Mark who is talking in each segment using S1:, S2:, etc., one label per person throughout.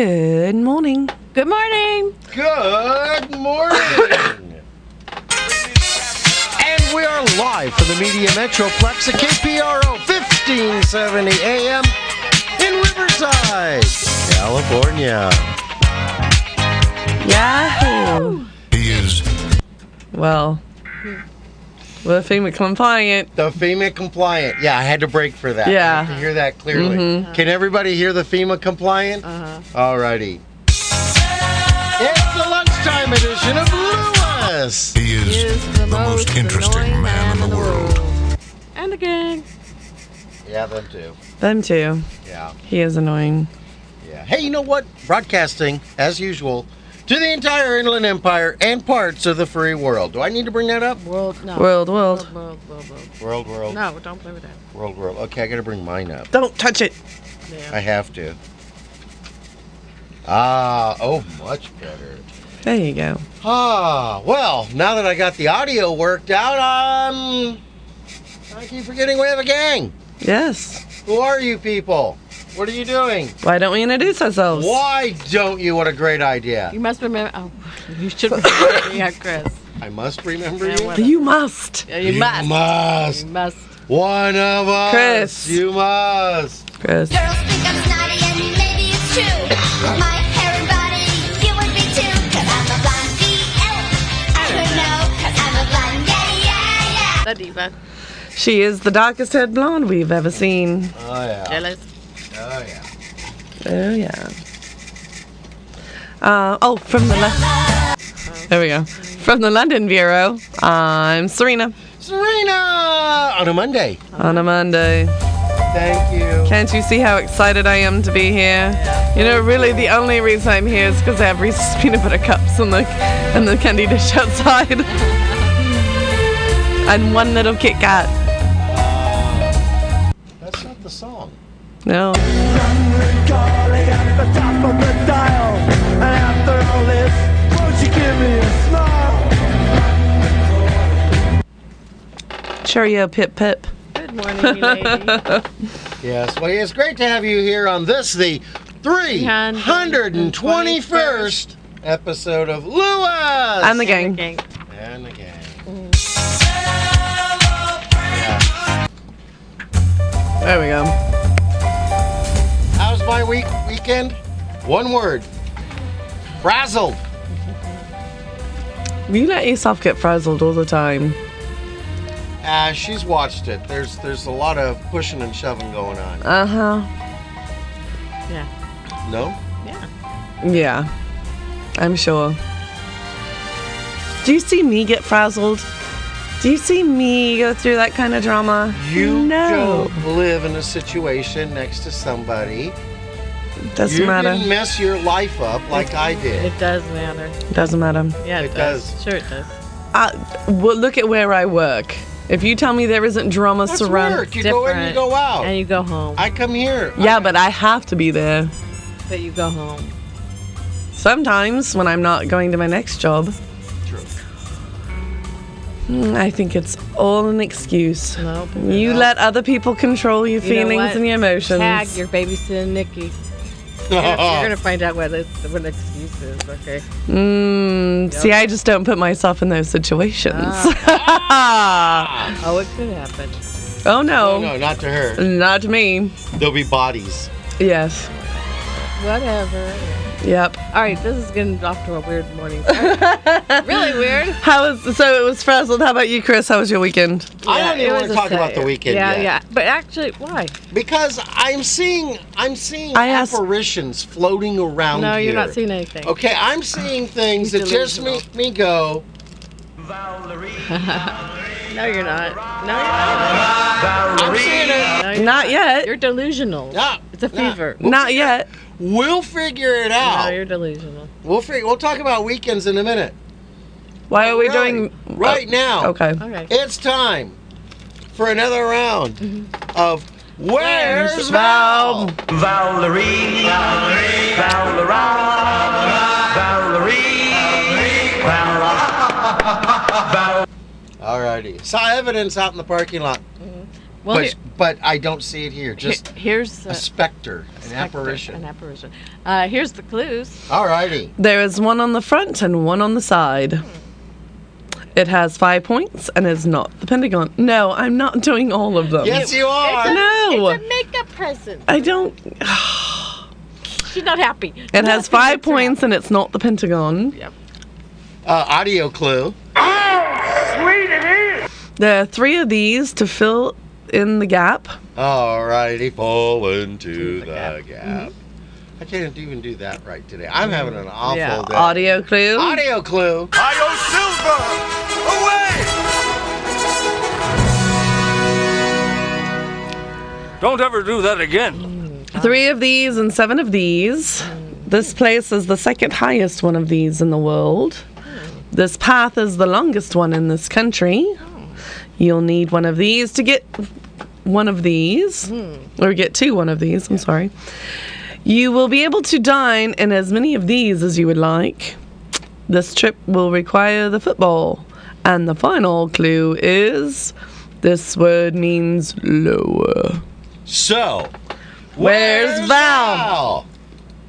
S1: Good morning.
S2: Good morning.
S3: Good morning. and we are live from the Media Metroplex at KPRO 1570 AM in Riverside, California.
S1: Yahoo.
S4: He is
S1: Well, we're FEMA compliant.
S3: The FEMA compliant. Yeah, I had to break for that.
S1: Yeah.
S3: You can hear that clearly. Can everybody hear the FEMA compliant? Uh-huh. Alrighty. It's the lunchtime edition of Lewis.
S4: he is, the, most, interesting
S2: annoying
S4: man in the world.
S2: And again.
S3: Yeah, them too.
S1: Them too.
S3: Yeah.
S1: He is annoying.
S3: Yeah. Hey, you know what? Broadcasting, as usual, to the entire Inland Empire and parts of the free world. Do I need to bring that up?
S2: World, no.
S1: World, world.
S2: World, world, world, world.
S3: World, world,
S2: No, don't play with that.
S3: world, world. Okay, I gotta bring mine up.
S1: Don't touch it.
S2: Yeah.
S3: I have to. Ah, oh, much better.
S1: There you go.
S3: Ah, well, now that I got the audio worked out, um, I keep forgetting we have a gang.
S1: Yes.
S3: Who are you people? What are you doing?
S1: Why don't we introduce ourselves?
S3: Why don't you? What a great idea.
S2: You must remember. Oh, you should remember. yeah, Chris.
S3: I must remember
S2: Yeah,
S3: you.
S2: what-
S1: You must.
S2: Yeah, you, must.
S3: must.
S2: You must.
S3: One of us.
S1: Chris.
S3: You must.
S1: Chris.
S5: Girls think I'm snotty and maybe it's true. My hair and body, you would be too. Cause I'm a blonde BL. I don't know, cause I'm a blonde, yeah, yeah,
S2: The
S5: yeah.
S2: diva.
S1: She is the darkest head blonde we've ever seen.
S3: Oh yeah.
S2: Jealous.
S3: Oh yeah.
S1: Oh, yeah. Uh, oh, from the. Le- there we go. From the London Bureau, I'm Serena
S3: Serena on a Monday.
S1: on a Monday.
S3: Thank you.
S1: Can't you see how excited I am to be here? You know, really, the only reason I'm here is because I have Reese's peanut butter cups and the and the candy dish outside, and one little Kit Kat.
S3: That's not the song.
S1: No,
S6: calling at the top of the dial. And after all this, won't you give me a smile?
S1: Cheerio, Pip Pip.
S2: Good morning, you lady.
S3: Yes. Well, it's great to have you here on this the 321st episode of Lewis
S1: And the
S3: gang.
S1: gang.
S2: Gang.
S3: And the gang.
S1: There we go.
S3: How's my week weekend? One word. Frazzled.
S1: You let yourself get frazzled all the time.
S3: Ah, she's watched it. There's there's a lot of pushing and shoving going on.
S1: Uh huh.
S2: Yeah.
S3: No.
S2: Yeah.
S1: Yeah, I'm sure. Do you see me get frazzled? Do you see me go through that kind of drama?
S3: You
S1: no.
S3: don't live in a situation next to somebody.
S1: Doesn't
S3: you
S1: matter.
S3: didn't mess your life up like I did.
S2: It does matter.
S1: Doesn't matter.
S2: Yeah, it,
S3: It
S2: does.
S3: does.
S2: Sure, it does.
S1: Uh, well, look at where I work. If you tell me there isn't drama
S3: That's
S1: surrounding,
S3: work. You go in, you
S2: Different.
S3: go
S4: Oh.
S3: out.
S2: And you go home.
S3: I come here.
S1: yeah, but I have to be there
S2: but you go home.
S1: sometimes when I'm not going to my next job.
S3: True.
S1: Mm, I think it's all an excuse.
S2: Nope.
S1: You let other people control your
S2: You know
S1: feelings
S2: what?
S1: and your emotions.
S2: Tag your babysitting Nikki. You're gonna find out what it's what the excuse is, okay?
S1: Mm, See, I just don't put myself in those situations.
S2: Oh, it could happen.
S1: oh no.
S3: Oh, no, not to her.
S1: not me.
S3: There'll be bodies.
S1: Yes.
S2: Whatever.
S1: Yep.
S2: All right, this is getting off to a weird morning. start. really weird.
S1: How was so? It was frazzled. How about you, Chris? How was your weekend?
S3: I don't
S2: Yeah,
S3: even
S2: it
S3: want
S2: was
S3: to
S2: a
S3: talk about
S2: set.
S3: the weekend
S2: Yeah,
S3: yet.
S2: yeah. But actually, why?
S3: Because I'm seeing I'm seeing
S1: I asked-
S3: apparitions floating around
S2: No,
S3: here.
S2: you're not seeing anything.
S3: Okay, I'm seeing things that
S2: He's
S3: just
S2: delusional.
S3: make me go,
S2: No, you're not. No, you're not.
S3: I'm seeing it.
S2: No, you're
S1: Not yet.
S2: You're delusional.
S3: Nah,
S2: It's a
S3: nah.
S2: fever.
S1: Not yet.
S3: We'll figure it
S2: No,
S3: out.
S2: you're delusional.
S3: we'll figure we'll talk about weekends in a minute.
S1: Why are we
S3: Really? Oh.
S1: doing Oh,
S3: right now?
S1: Okay.
S2: Okay.
S3: It's time for another round of Where's
S1: Where's
S3: Val?
S6: Valerie, Valerie, Valerie, Valerie, Valerie.
S3: Alrighty. Saw evidence out in the parking lot.
S2: Well,
S3: but
S2: here-
S3: but I don't see it here. Just
S2: Here- here's
S3: a specter, an
S2: spectre,
S3: apparition.
S2: An apparition. Uh, here's the clues.
S3: All righty.
S1: There is one on the front and one on the side. It has five points and is not the Pentagon. No, I'm not doing all of them.
S3: Yes, you
S2: It's
S3: are.
S2: a,
S1: No.
S2: it's a makeup present.
S1: I don't.
S2: She's not happy.
S1: It has five points and it's not the Pentagon.
S3: Uh, audio clue.
S1: There are three of these to fill in the gap.
S3: All righty, fall into the gap. Mm-hmm. I can't even do that right today. I'm having an awful
S1: Yeah.
S3: day.
S1: Audio clue.
S3: Audio clue.
S7: Don't ever do that again.
S1: Three of these and seven of these. This place is the second highest one of these in the world. This path is the longest one in this country. You'll need one of these to get one of these, or get to one of these, I'm sorry. You will be able to dine in as many of these as you would like. This trip will require the football. And the final clue is this word means lower.
S3: So,
S1: Where's Val?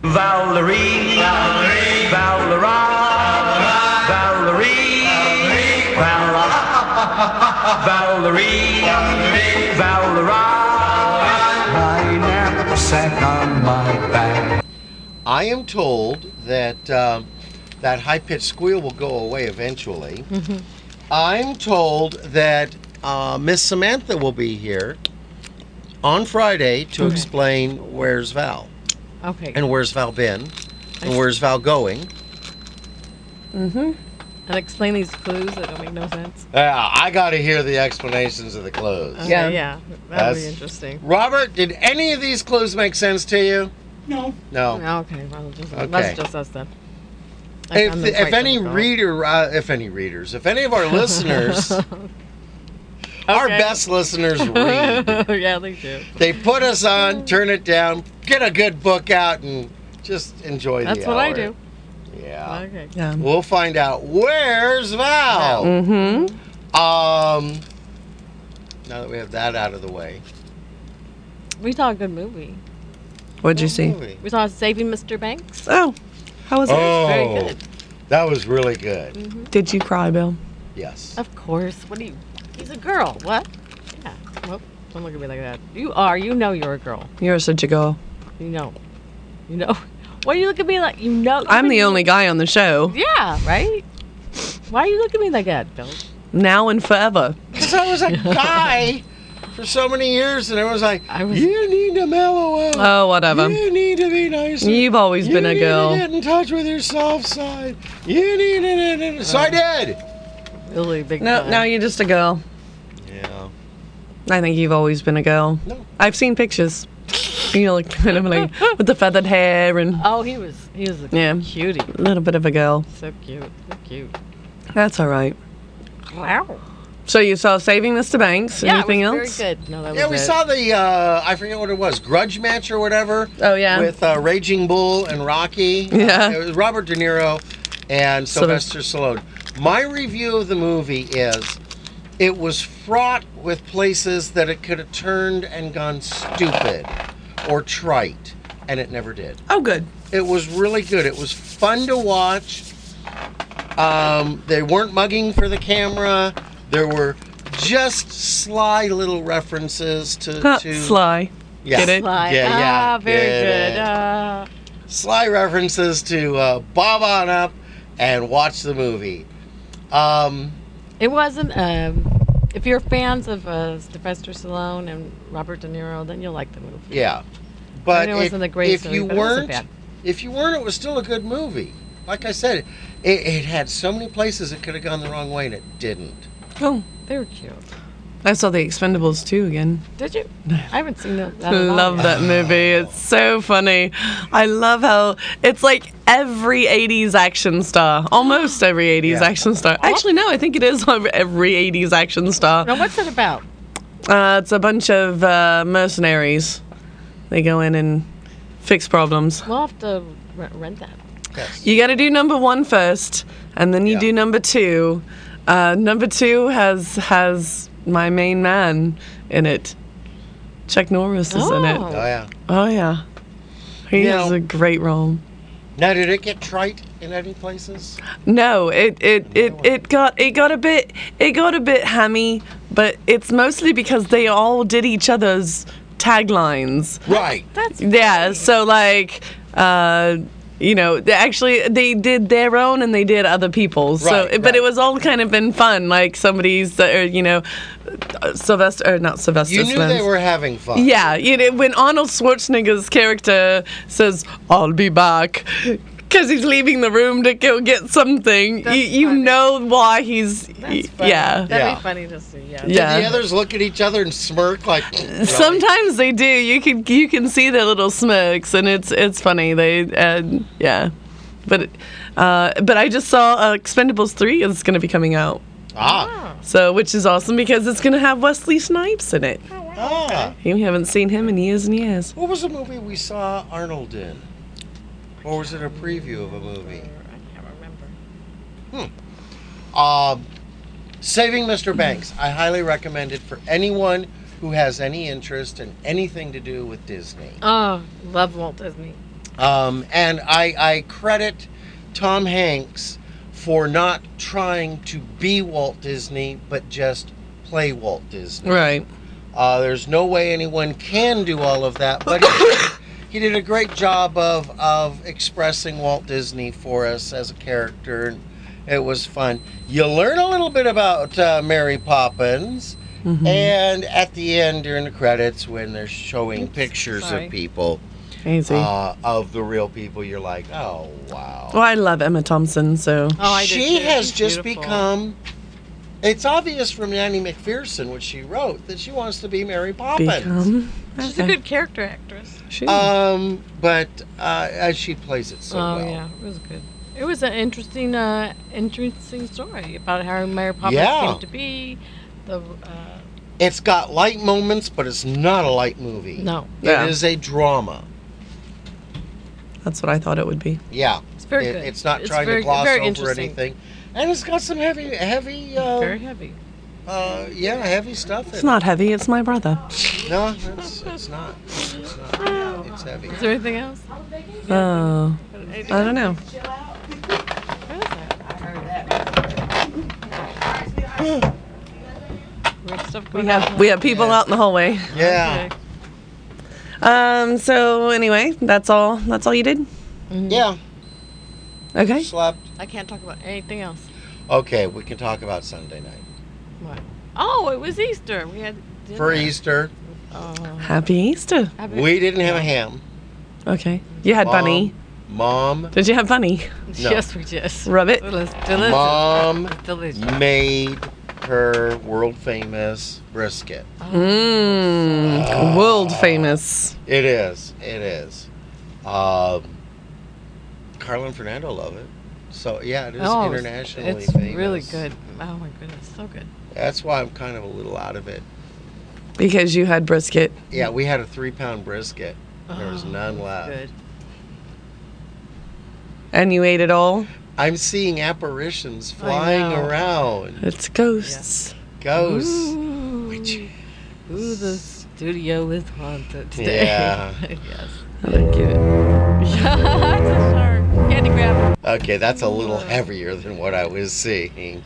S3: Val? I am told that um, that high pitched squeal will go away eventually. I'm told that uh, Miss Samantha will be here on Friday to explain where's Val
S2: Okay.
S3: and where's Val been and where's Val going.
S2: And explain these clues that don't make no sense.
S3: Yeah, I got to hear the explanations of the clues.
S1: Yeah.
S2: yeah. That would
S3: That's-
S2: be interesting.
S3: Robert, did any of these clues make sense to you? No. No.
S2: Oh, Okay, well, just,
S3: Okay.
S2: that's just us then. I
S3: If,
S2: found them
S3: if
S2: quite
S3: any
S2: difficult.
S3: reader, uh, if any readers, if any of our listeners, our
S2: Okay.
S3: best listeners read,
S2: yeah, they do.
S3: they put us on, turn it down, get a good book out, and just enjoy
S2: That's
S3: the Uh,
S2: what I
S3: hour.
S2: do.
S3: Yeah.
S2: Okay.
S1: Yeah.
S3: We'll find out where's Val.
S1: Mm-hmm.
S3: Um, now that we have that out of the way,
S2: We saw a good movie.
S1: What'd you see?
S3: Movie.
S2: We saw Saving Mr. Banks.
S1: Oh, how was
S2: very
S3: Oh, Oh,
S2: good.
S3: that was really good.
S1: it? Did you cry, Bill?
S3: Yes.
S2: Of course. What do you? He's a girl. What? Yeah. Well, don't look at me like that. You are. You know you're a girl.
S1: You're such a girl.
S2: You know. You know. Why do you look at me like you know?
S1: I'm the only guy on the show
S2: Yeah. Right. Why are you looking at me like that, Bill?
S1: now and forever.
S3: Because I was a guy for so many years, and everyone's like,
S2: I was-
S3: "You need to mellow out.
S1: Oh, whatever.
S3: You need to be nicer.
S1: You've always
S3: You
S1: been a
S3: need To
S1: girl.
S3: get in touch with your soft side. You need it. So I did.
S2: Really big.
S1: No,
S2: time.
S1: no, you're just a girl.
S3: Yeah.
S1: I think you've always been a girl.
S3: No.
S1: I've seen pictures. You look at him like with the feathered hair and
S2: Oh, he was. He was a
S1: Yeah.
S2: cutie.
S1: a little bit of a girl.
S2: So cute. So cute.
S1: That's all right.
S2: Wow.
S1: So you saw Saving Mr. Banks.
S2: Yeah,
S1: Anything
S2: it was
S1: else?
S2: Very good. No, that was
S3: Yeah, we
S2: it.
S3: saw the uh, I forget what it was, grudge match or whatever.
S1: Oh yeah.
S3: With uh, Raging Bull and Rocky. Uh,
S1: Yeah.
S3: it was Robert De Niro and Sylvester
S1: Sylvester.
S3: Stallone. My review of the movie is it was fraught with places that it could have turned and gone stupid or trite, and it never did.
S1: oh good.
S3: It was really good. It was fun to watch. Um, they weren't mugging for the camera. There were just sly little references to,
S1: Huh,
S3: to
S1: Sly.
S3: yeah.
S1: Get it?
S2: Like,
S3: Yeah, yeah.
S2: Ah, very
S3: Get
S2: good.
S3: it.
S2: Ah.
S3: sly references to uh, Bob on up and watch the movie. Um,
S2: It wasn't. Um, if you're fans of uh, Sylvester Stallone and Robert De Niro, then you'll like the movie.
S3: yeah, but
S2: it
S3: if,
S2: wasn't the greatest
S3: if
S2: movie,
S3: you
S2: but it wasn't
S3: weren't,
S2: bad.
S3: if you weren't, it was still a good movie. Like I said, it, it had so many places it could have gone the wrong way and it didn't.
S1: Oh,
S2: They were cute.
S1: I saw the Expendables too again.
S2: Did you? I haven't seen that. that in a
S1: love
S2: while.
S1: that movie. It's so funny. I love how it's like every 80s action star, almost every 80s
S3: Yeah.
S1: action star. Actually, no, I think it is every 80s action star.
S2: Now, what's it about?
S1: Uh, it's a bunch of uh, mercenaries. They go in and fix problems.
S2: We'll have to re- rent that.
S3: Yes.
S1: You got to do number one first, and then you
S3: Yeah.
S1: do number two. Uh, number two has has my main man in it, Chuck Norris is in
S2: Oh.
S1: it.
S3: Oh yeah.
S1: Oh yeah, he
S3: Now-
S1: has a great role.
S3: Now, did it get trite in any places?
S1: No, it it, it it got it got a bit it got a bit hammy, but it's mostly because they all did each other's taglines.
S3: Right.
S2: That's
S1: Yeah, so like uh you know, they actually they did their own and they did other people's. so,
S3: Right,
S1: but it
S3: right.
S1: was all kind of in fun. Like somebody's, uh, or, you know, uh, Sylvester, or not Sylvester.
S3: You knew
S1: Stallone's.
S3: they were having fun.
S1: Yeah, you know, when Arnold Schwarzenegger's character says, I'll be back, because he's leaving the room to go get something, you,
S2: That's
S1: you
S2: funny.
S1: know why he's.
S2: That's
S1: y-
S2: funny.
S1: Yeah.
S2: That'd
S3: Yeah.
S2: be funny to see. Yeah.
S1: Yeah.
S3: The others look at each other and smirk like. really?
S1: Sometimes they do. You can you can see their little smirks, and it's it's funny. They uh, yeah, but uh, but I just saw uh, Expendables three is going to be coming out,
S3: Ah.
S1: so which is awesome because it's going to have Wesley Snipes in it.
S3: ah.
S1: You haven't seen him in years and years.
S3: What was the movie we saw Arnold in? Or was it a preview of a movie?
S2: I can't remember.
S3: Um, Saving Mr. Banks. I highly recommend it for anyone who has any interest in anything to do with Disney.
S2: Oh, love Walt Disney.
S3: Um, and I, I credit Tom Hanks for not trying to be Walt Disney, but just play Walt Disney.
S1: Right.
S3: Uh, there's no way anyone can do all of that, but he did, he did a great job of of expressing Walt Disney for us as a character, and it was fun. You learn a little bit about uh, Mary Poppins,
S2: Mm-hmm.
S3: and at the end during the credits, when they're showing pictures
S2: sorry.
S3: of people,
S1: Easy.
S3: uh, of the real people, you're like, oh wow.
S1: well, I love Emma Thompson, so
S2: Oh, I did
S3: she
S2: too.
S3: has
S2: She's
S3: just
S2: beautiful.
S3: become. It's obvious from Nanny McPherson, which she wrote, that she wants to be Mary Poppins.
S1: become.
S2: She's a uh, good character actress.
S1: She-
S3: Um, but uh, as she plays it so
S2: oh
S3: well.
S2: yeah, it was good. It was an interesting, uh, interesting story about how Mary Poppins
S3: Yeah.
S2: came to be. The uh,
S3: It's got light moments, but it's not a light movie.
S2: no,
S1: Yeah.
S3: It is a drama.
S1: That's what I thought it would be.
S3: Yeah.
S2: it's very
S3: It-
S2: good.
S3: It's not trying
S2: very,
S3: to gloss
S2: very
S3: over
S2: interesting.
S3: anything. And it's got some heavy, heavy,
S2: Very
S3: uh,
S2: heavy.
S3: uh, yeah, heavy stuff
S1: It's
S3: in
S1: not heavy. It's my brother.
S3: it. No, it's, it's not. It's not.
S2: Oh.
S3: Yeah, It's heavy.
S2: Is there anything else?
S1: Oh, I don't know.
S2: Where is that? Weird stuff
S1: We
S2: going on.
S1: have we have people out in the hallway.
S3: Yeah.
S2: Okay.
S1: Um. So anyway, that's all. That's all you did.
S3: Yeah.
S1: Okay.
S3: Slept.
S2: I can't talk about anything else.
S3: Okay, we can talk about Sunday night.
S2: What? Oh, it was Easter. We had dinner.
S3: For Easter,
S2: Oh,
S1: Happy Easter.
S2: I bet-
S3: we didn't have a ham.
S1: Okay. You had
S3: Mom-
S1: bunny.
S3: Mom,
S1: Did you have bunny?
S3: no.
S2: Yes, we did.
S1: Rub it.
S2: It was delicious.
S3: mom
S2: delicious.
S3: made her world famous brisket.
S1: Mmm. World famous.
S3: It is. It is. Um, Carlin Fernando love it. So yeah, it is
S2: Oh, it's-
S3: internationally
S2: it's
S3: famous.
S2: really good. Oh my goodness, so good.
S3: That's why I'm kind of a little out of it.
S1: Because you had brisket.
S3: Yeah, we had a three pound brisket. There was none left.
S2: Oh, Good.
S1: And you ate it all.
S3: I'm seeing apparitions flying
S2: know.
S3: around,
S1: It's ghosts.
S3: ghosts.
S2: Ooh, ooh, the studio is haunted today.
S3: Yeah.
S2: yes.
S1: I like it.
S2: That's a shark. Candy grab.
S3: Okay, that's a little heavier than what I was seeing.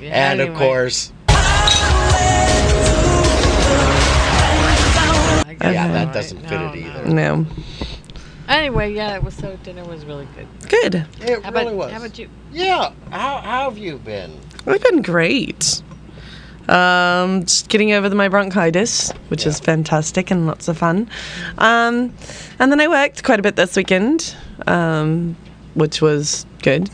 S2: Yeah,
S3: And of
S2: anyway,
S3: course,
S2: I guess
S3: yeah,
S2: you're
S3: that
S2: right.
S3: doesn't fit
S2: No,
S3: it
S2: no.
S3: either.
S1: No.
S2: Anyway, yeah, it was so dinner was really good.
S1: Good.
S3: it
S2: How
S3: really
S2: about
S3: was.
S2: how about you?
S3: Yeah. How, how have you been?
S1: I've been great. Um, just getting over the, my bronchitis, which is fantastic and lots of fun. Um, and then I worked quite a bit this weekend, um, which was good.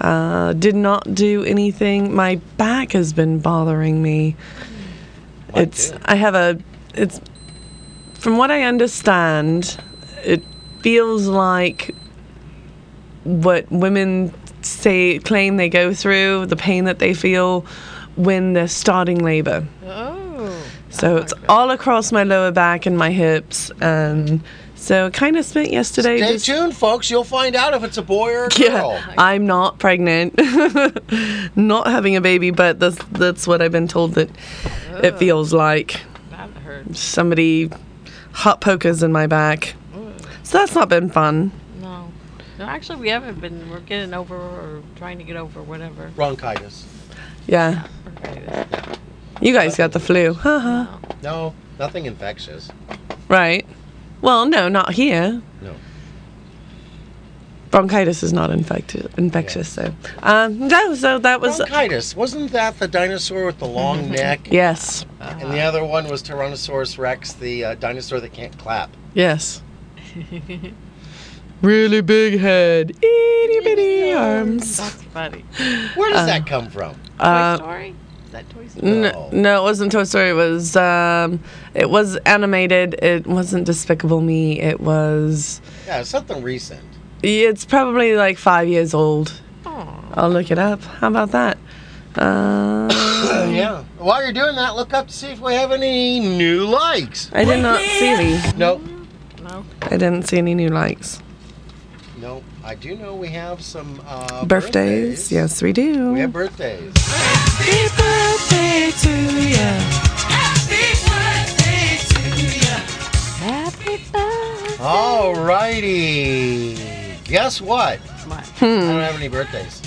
S1: Uh, did not do anything. My back has been bothering me.
S3: Mine
S1: it's
S3: too.
S1: I have a it's from what I understand, it feels like what women say claim they go through, the pain that they feel when they're starting labor.
S2: Oh,
S1: So it's all across my lower back and my hips and so kind of spent yesterday
S3: Stay
S1: just-
S3: tuned, folks. You'll find out if it's a boy or a girl.
S1: yeah, I'm not pregnant, not having a baby, but that's that's what I've been told that it feels like.
S2: that hurt. or
S1: Somebody hot pokers in my back. So that's not been fun.
S2: no. No, actually, we haven't been. We're getting over or trying to get over whatever.
S3: Bronchitis.
S1: Yeah.
S2: Right.
S1: You guys got the flu. Haha.
S3: No, nothing infectious.
S1: right. Well, no, not here.
S3: No.
S1: Bronchitis is not infecti- infectious, so. Um, no, so that was.
S3: Bronchitis. Wasn't that the dinosaur with the long neck?
S1: Yes.
S3: Uh, and the other one was Tyrannosaurus Rex, the uh, dinosaur that can't clap.
S1: Yes. really big head, itty bitty arms.
S2: That's funny.
S3: Where does that come from?
S1: Uh,
S2: Toy Story? Is that Toy Story?
S1: N- no, it wasn't Toy Story. It was um, it was animated. It wasn't Despicable Me. It was.
S3: Yeah, something recent.
S1: It's probably like five years old. I'll look it up. How about that? Uh,
S3: yeah. While you're doing that, look up to see if we have any new likes.
S1: I did not see any.
S3: Nope.
S2: No.
S1: I didn't see any new likes.
S3: Nope. I do know we have some uh,
S1: Birthdays? Yes, we do.
S3: We have birthdays.
S2: Happy birthday.
S3: Alrighty. Guess what?
S2: What?
S1: Hmm.
S3: I don't have any birthdays.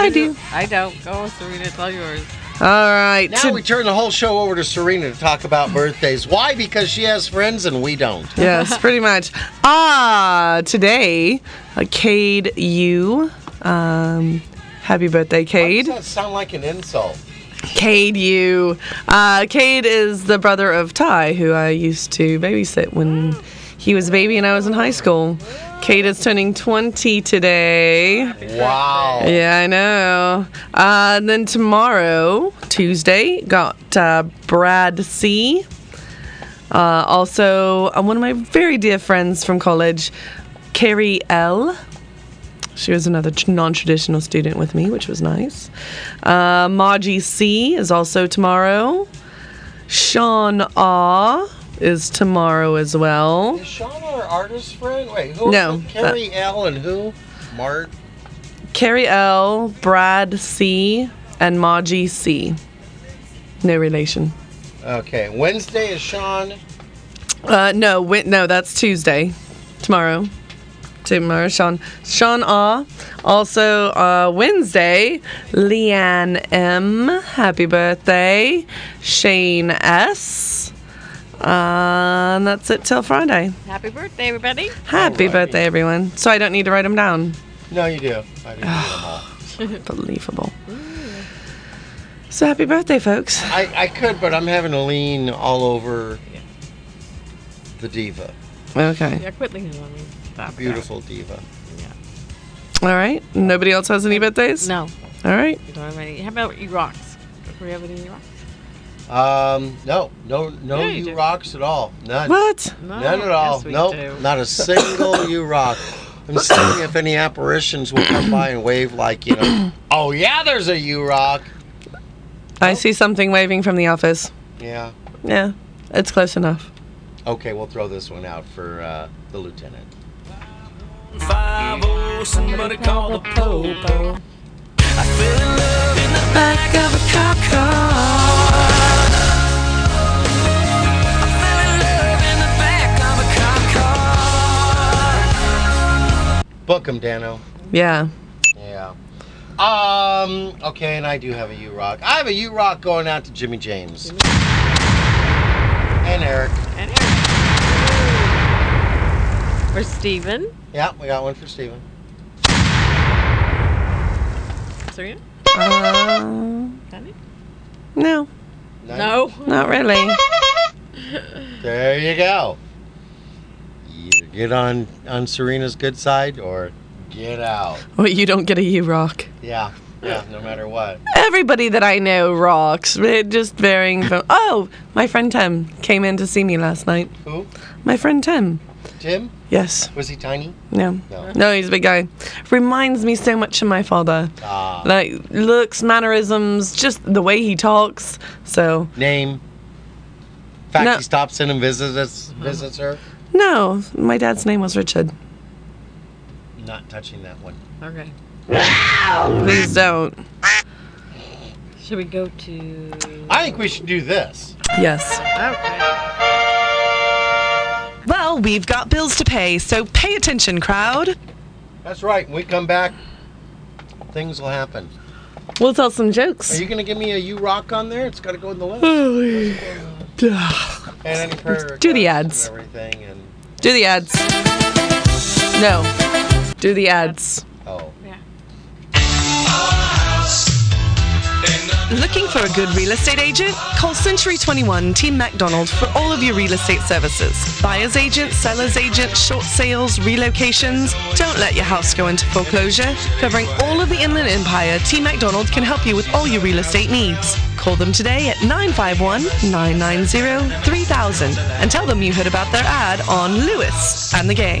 S1: I do.
S2: I don't. Go, Serena. It's all yours.
S1: All right.
S3: Now
S1: to-
S3: we turn the whole show over to Serena to talk about birthdays. Why? Because she has friends and we don't.
S1: yes, pretty much. Ah, today, uh, Cade, you. Um, happy birthday,
S3: Why
S1: Cade.
S3: does that sound like an insult?
S1: Cade, you. Uh, Cade is the brother of Ty, who I used to babysit when he was a baby and I was in high school. Cade is turning 20 today.
S3: Wow.
S1: Yeah, I know. Uh, and then tomorrow, Tuesday, got uh, Brad C. Uh, also, uh, one of my very dear friends from college, Carrie L. She was another tr- non-traditional student with me, which was nice. Uh, Margie C is also tomorrow. Sean R is tomorrow as well.
S3: Is Sean our artist friend? Wait, who?
S1: No,
S3: who- Carrie L and who? Mart.
S1: Carrie L, Brad C, and Margie C. No relation.
S3: Okay. Wednesday is Sean.
S1: Uh, no, wi- no, that's Tuesday. Tomorrow. Tomorrow, Sean. Sean R. Also, uh, Wednesday, Leanne M. Happy birthday. Shane S. Uh, and that's it till Friday.
S2: Happy birthday, everybody.
S1: Happy
S3: Alrighty.
S1: birthday, everyone. So I don't need to write them down.
S3: No, you do. I do. I,
S1: Believable. So happy birthday, folks.
S3: I could, but I'm having a lean all over the diva.
S1: Okay.
S2: Yeah, quit leaning on me. Stop that.
S3: Beautiful diva.
S1: All right. Nobody else has any birthdays?
S2: No,
S1: All right.
S2: you don't have any. How about you rocks? Do we have any you rocks?
S3: Um, no, no, no,
S2: Yeah, you
S3: you
S2: do.
S3: rocks at all. None.
S1: What?
S2: No,
S3: None at all.
S2: Yes, we
S3: nope.
S2: do.
S3: Not a single you rock. I'm seeing if any apparitions will come by and wave like you know. Oh yeah, there's a you rock.
S1: I see something waving from the office.
S3: Yeah.
S1: Yeah, it's close enough.
S3: Okay, we'll throw this one out for uh, the lieutenant.
S7: Five oh, somebody call the popo. I fell in love in the
S1: Back of a cop car.
S7: fell in love in the back of a cop car.
S3: Book him, Dano.
S1: Yeah.
S3: Yeah. Um. Okay, and I do have a U Rock. I have a U Rock going out to Jimmy James and Eric.
S2: And Eric. For Steven.
S3: Yeah, we got one for Steven.
S2: Serena?
S1: Uh,
S2: Danny?
S1: no,
S3: Nice.
S2: No.
S1: not really.
S3: There you go. Either get on on Serena's good side or get out.
S1: Well, you don't get a U rock.
S3: Yeah. Yeah. No matter what.
S1: Everybody that I know rocks. They're just varying from. Oh, my friend Tim came in to see me last night.
S3: Who?
S1: My friend Tim.
S3: Tim?
S1: Yes.
S3: Was he tiny?
S1: No.
S3: No.
S1: No, he's a big guy. Reminds me so much of my father.
S3: Ah.
S1: Like looks, mannerisms, just the way he talks. So
S3: Name. Fact
S1: No.
S3: he stops in and visits us, visits her.
S1: no, my dad's name was Richard.
S3: Not touching that one.
S2: Okay.
S1: Please don't.
S2: Should we go to?
S3: I think we should do this.
S1: Yes.
S2: Okay.
S1: Well, we've got bills to pay, so pay attention, crowd.
S3: That's right. When we come back, things will happen.
S1: We'll tell some
S3: Are
S1: jokes.
S3: you going to give me a you rock on there? It's got to go in the list. And any prayer
S1: Do the ads.
S3: requests And everything. And,
S1: Do the ads. No. Do the ads.
S3: oh.
S1: Looking for a good real estate agent? Call Century 21 Team MacDonald for all of your real estate services. Buyer's agent, seller's agent, short sales, relocations. Don't let your house go into foreclosure. Covering all of the Inland Empire, Team MacDonald can help you with all your real estate needs. Call them today at 951 990 3000 and tell them you heard about their ad on Lewis and the Gay.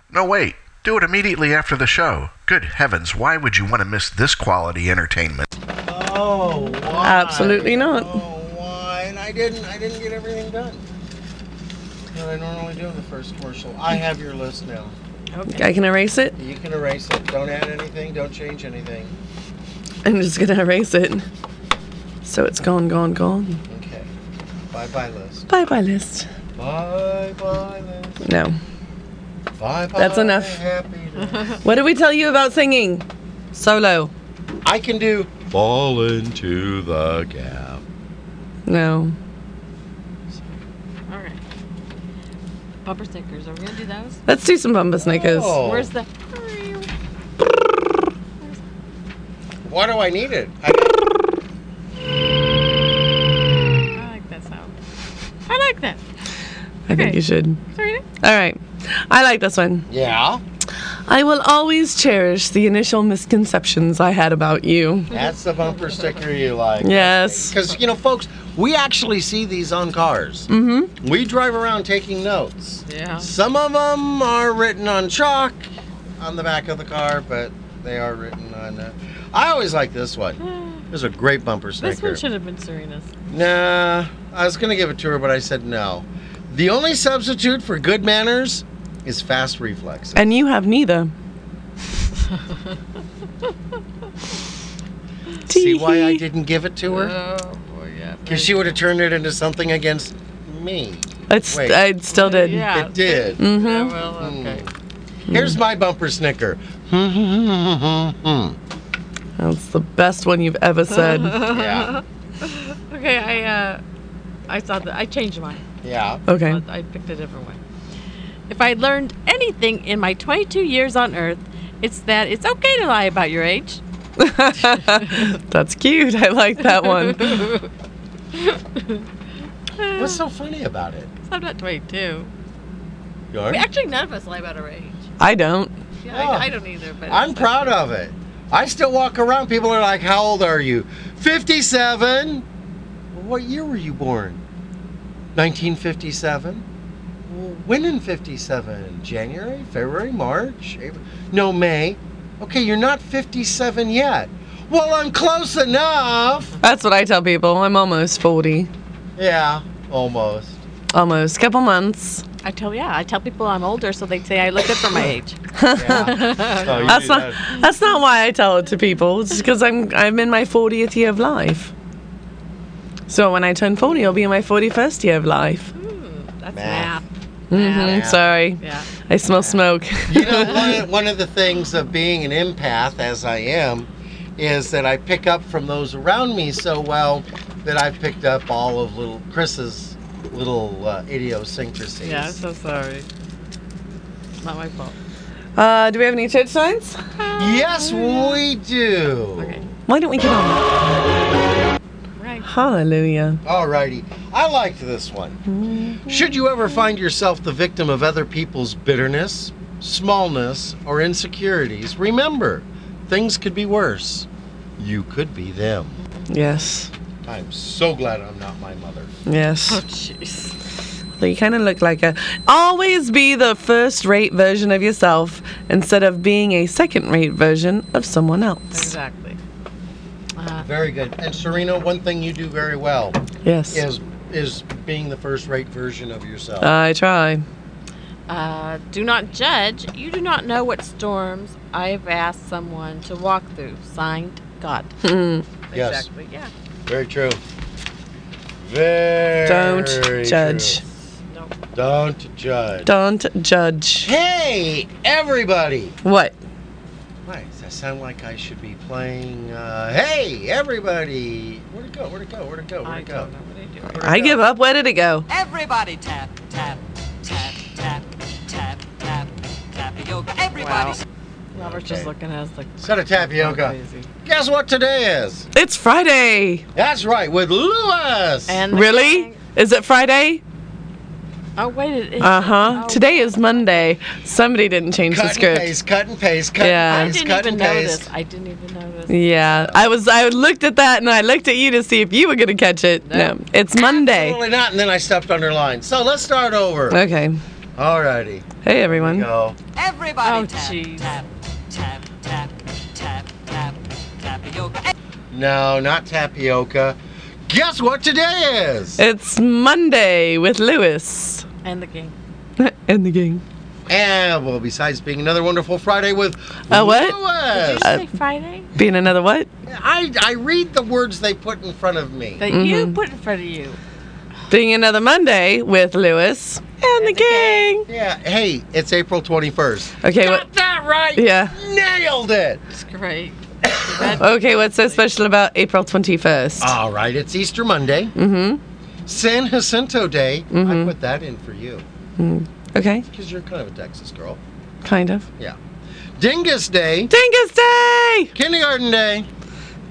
S8: No, wait. Do it immediately after the show. Good heavens, why would you want to miss this quality entertainment?
S3: Oh, why? Oh,
S1: Absolutely not.
S3: why? And I didn't. I didn't get everything done that I normally do in the first commercial. I have your list now.
S1: I can erase it.
S3: You can erase it. Don't add anything. Don't change anything.
S1: I'm just gonna erase it. So it's gone, gone, gone.
S3: Okay. Bye bye list.
S1: Bye bye list.
S3: Bye bye list.
S1: No.
S3: Bye bye.
S1: That's enough. What did we tell you about singing? Solo.
S3: I can do fall into the gap.
S1: No.
S2: All right. Bumper stickers. Are we gonna do those?
S1: Let's do some bumper snickers.
S3: Oh,
S2: Where's the?
S3: why do I need it? I,
S2: I like that sound. I like that.
S1: I think
S2: okay.
S1: you should.
S2: Sorry.
S1: All right. I like this one.
S3: yeah,
S1: I will always cherish the initial misconceptions I had about you.
S3: that's the bumper sticker you like.
S1: Yes.
S3: Because you know, folks, we actually see these on cars. Mm-hmm. We drive around taking notes.
S2: Yeah.
S3: Some of them are written on chalk on the back of the car, but they are written on. Uh, I always like this one. This is a great bumper sticker.
S2: This one should have been Serena's.
S3: Nah, I was gonna give it to her, but I said no. The only substitute for good manners is fast reflexes.
S1: And you have neither.
S3: See why I
S1: Tee-hee.
S3: didn't give it to her?
S2: Oh boy, yeah.
S3: Because she would have turned it into something against me.
S1: It's,
S3: Wait.
S1: I still did.
S2: Yeah.
S3: It did.
S2: Yeah, well, okay.
S3: Here's my bumper snicker. yeah.
S1: That's the best one you've ever said.
S3: Mm.
S2: Okay, I uh, I saw that. I changed mine.
S3: Yeah.
S1: Okay.
S2: But I picked a different one. If I learned anything in my 22 years on Earth, it's that it's okay to lie about your age.
S1: That's cute. I like that one.
S3: What's so funny about it?
S2: So I'm not 22.
S3: You
S2: I
S3: are?
S2: mean, actually, none of us lie about our age.
S1: I don't.
S2: Yeah,
S3: Oh.
S2: I, I don't either. But
S3: I'm proud of it. I still walk around. People are like, "How old are you?" Fifty-seven. Well, what year were you born? 1957. Well, when in 57? January, February, March, April? No, May. Okay, you're not 57 yet. Well, I'm close enough.
S1: That's what I tell people. I'm almost 40.
S3: Yeah, almost.
S1: Almost. Couple months.
S2: I tell yeah, I tell people I'm older, so they say I look good for my age.
S3: Yeah. So you
S1: That's
S3: do
S1: not
S3: that.
S1: that's not why I tell it to people. It's because I'm I'm in my 40th year of life. So when I turn 40, I'll be in my 41st year of life.
S3: Math.
S2: That's math. Mm-hmm.
S1: I'm
S2: Math.
S1: sorry.
S2: Yeah.
S1: I smell smoke.
S3: you know, one of, one of the things of being an empath, as I am, is that I pick up from those around me so well that I've picked up all of little Chris's little uh, idiosyncrasies.
S2: Yeah, I'm so sorry. Not my fault.
S1: Uh, do we have any church signs?
S3: Yes, we do.
S2: Okay.
S1: Why don't we get on?
S2: Right.
S1: Hallelujah.
S3: Alrighty. I liked this one. Should you ever find yourself the victim of other people's bitterness, smallness, or insecurities, remember, things could be worse. You could be them.
S1: Yes.
S3: I'm so glad I'm not my mother.
S1: Yes.
S2: Oh jeez.
S1: So you kind of look like a. Always be the first rate version of yourself instead of being a second rate version of someone else.
S2: Exactly. Uh,
S3: Very good. And Serena, one thing you do very well
S1: Yes.
S3: is is being the first rate version of yourself.
S1: I try.
S2: Uh, do not judge. You do not know what storms I have asked someone to walk through. Signed, God.
S3: Yes.
S2: Exactly. Yeah.
S3: Very true. Very
S1: Don't
S3: true.
S1: judge.
S2: No.
S3: Don't judge.
S1: Don't judge.
S3: Hey, everybody!
S1: What?
S3: Why does that sound like I should be playing? Uh, hey, everybody! Where'd it go? Where'd it go? Where'd it go? Where'd
S2: I
S3: it go?
S2: don't know what I do.
S3: Where'd it
S1: I
S3: go?
S1: give up. Where did it go?
S9: Everybody tap, tap, tap, tap, tap, tap, tapioca. Everybody.
S2: Robert's just looking at us like
S3: Set of tapioca.
S2: crazy.
S3: Guess what today is?
S1: It's Friday.
S3: That's right, with Lewis.
S2: And the
S1: Really?
S2: gang-
S1: Is it Friday?
S2: Oh wait, it is.
S1: Uh huh.
S2: Oh,
S1: Today is Monday. Somebody didn't change the
S3: cut and
S1: script.
S3: paste, cut and paste, cut
S1: Yeah.
S2: I
S3: and paste,
S2: didn't
S3: cut
S2: even
S3: and
S2: know
S3: paste.
S2: this. I didn't even know this.
S1: Yeah, I was. I looked at that and I looked at you to see if you were gonna catch it. No, it's Monday.
S3: Totally not, and then I stepped underline. So let's start over.
S1: Okay.
S3: Alrighty.
S1: Hey everyone.
S3: Go.
S9: Everybody
S2: Oh,
S9: tap,
S2: jeez.
S9: tap, tap, tap, tap, tap, tapioca.
S3: No, not tapioca. Guess what today is?
S1: It's Monday with Lewis
S2: And the game.
S1: and the gang.
S3: And well, besides being another wonderful Friday with
S1: A what?
S2: Did you
S3: Lewis.
S2: say Friday?
S1: Being another what?
S3: I, I read the words they put in front of me.
S2: That you put in front of you.
S1: Being another Monday with Lewis and the gang.
S3: Yeah, hey, it's April 21st.
S1: Okay. What?
S3: Got that right.
S1: Yeah.
S3: Nailed it.
S2: It's great.
S1: Okay. What's so special about April twenty first?
S3: All right, it's Easter Monday. Mm-hmm. San Jacinto Day. I put that in for you
S1: Okay.
S3: because you're kind of a Texas girl.
S1: Kind of.
S3: Yeah. Dingus Day,
S1: Dingus Day.
S3: Kindergarten Day,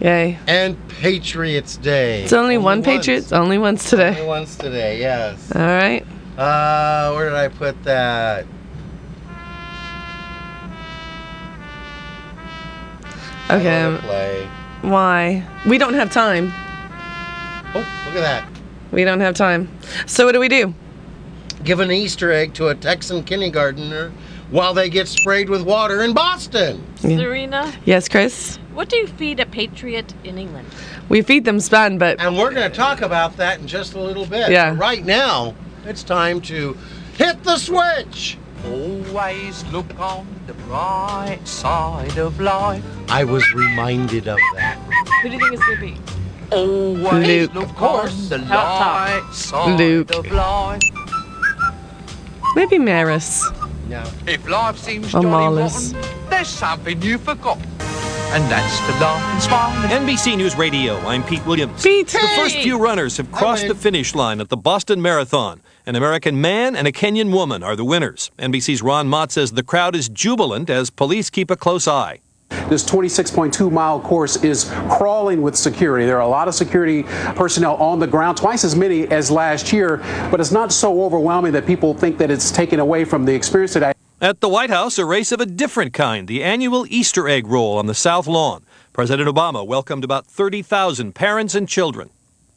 S1: Yay.
S3: and Patriots Day.
S1: It's only one
S3: once.
S1: Patriots. Oh, Only once
S3: Only
S1: today.
S3: once today, yes.
S1: All right.
S3: Uh, where did I put that? I let
S1: Okay.
S3: it
S1: um,
S3: Play.
S1: Why? We don't have time.
S3: Oh, look at that.
S1: We don't have time. So what do we do?
S3: Give an Easter egg to a Texan kindergartner while they get sprayed with water in Boston.
S2: Serena,
S1: Yes, Chris.
S2: what do you feed a patriot in England?
S1: We feed them spun, but
S3: And we're going to talk about that in just a little bit.
S1: Yeah.
S3: But Right now, it's time to hit the switch.
S7: Always look on the bright side of life.
S3: I was reminded of that.
S2: Who do you think it's gonna be?
S7: Always
S1: Luke.
S7: look on the
S2: Help top.
S7: light side
S1: Luke.
S7: of life.
S1: maybe Maris.
S3: No.
S7: If life seems
S1: Or
S7: jolly
S1: Marlis.
S7: rotten, there's something you forgot. And that's to laugh and smile. And
S10: NBC News Radio, I'm Pete Williams.
S1: Beat.
S10: The first few runners have crossed the finish line at the Boston Marathon. An American man and a Kenyan woman are the winners. NBC's Ron Mott says the crowd is jubilant as police keep a close eye.
S11: This 26.2 mile course is crawling with security. There are a lot of security personnel on the ground, twice as many as last year, but it's not so overwhelming that people think that it's taken away from the experience today.
S10: At the White House, a race of a different kind, the annual Easter egg roll on the South Lawn. President Obama welcomed about 30,000 parents and children.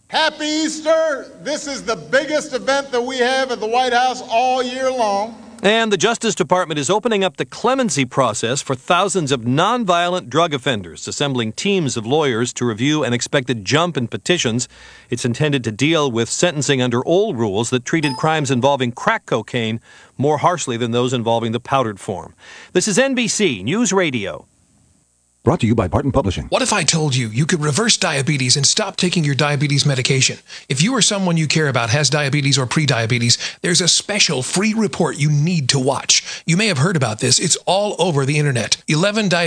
S12: Happy Easter! This is the biggest event that we have at the White House all year long.
S10: And the Justice Department is opening up the clemency process for thousands of nonviolent drug offenders, assembling teams of lawyers to review an expected jump in petitions. It's intended to deal with sentencing under old rules that treated crimes involving crack cocaine more harshly than those involving the powdered form. This is NBC News Radio.
S13: Brought to you by Barton Publishing.
S14: What if I told you you could reverse diabetes and stop taking your diabetes medication? If you or someone you care about has diabetes or prediabetes, there's a special free report you need to watch. You may have heard about this. It's all over the internet.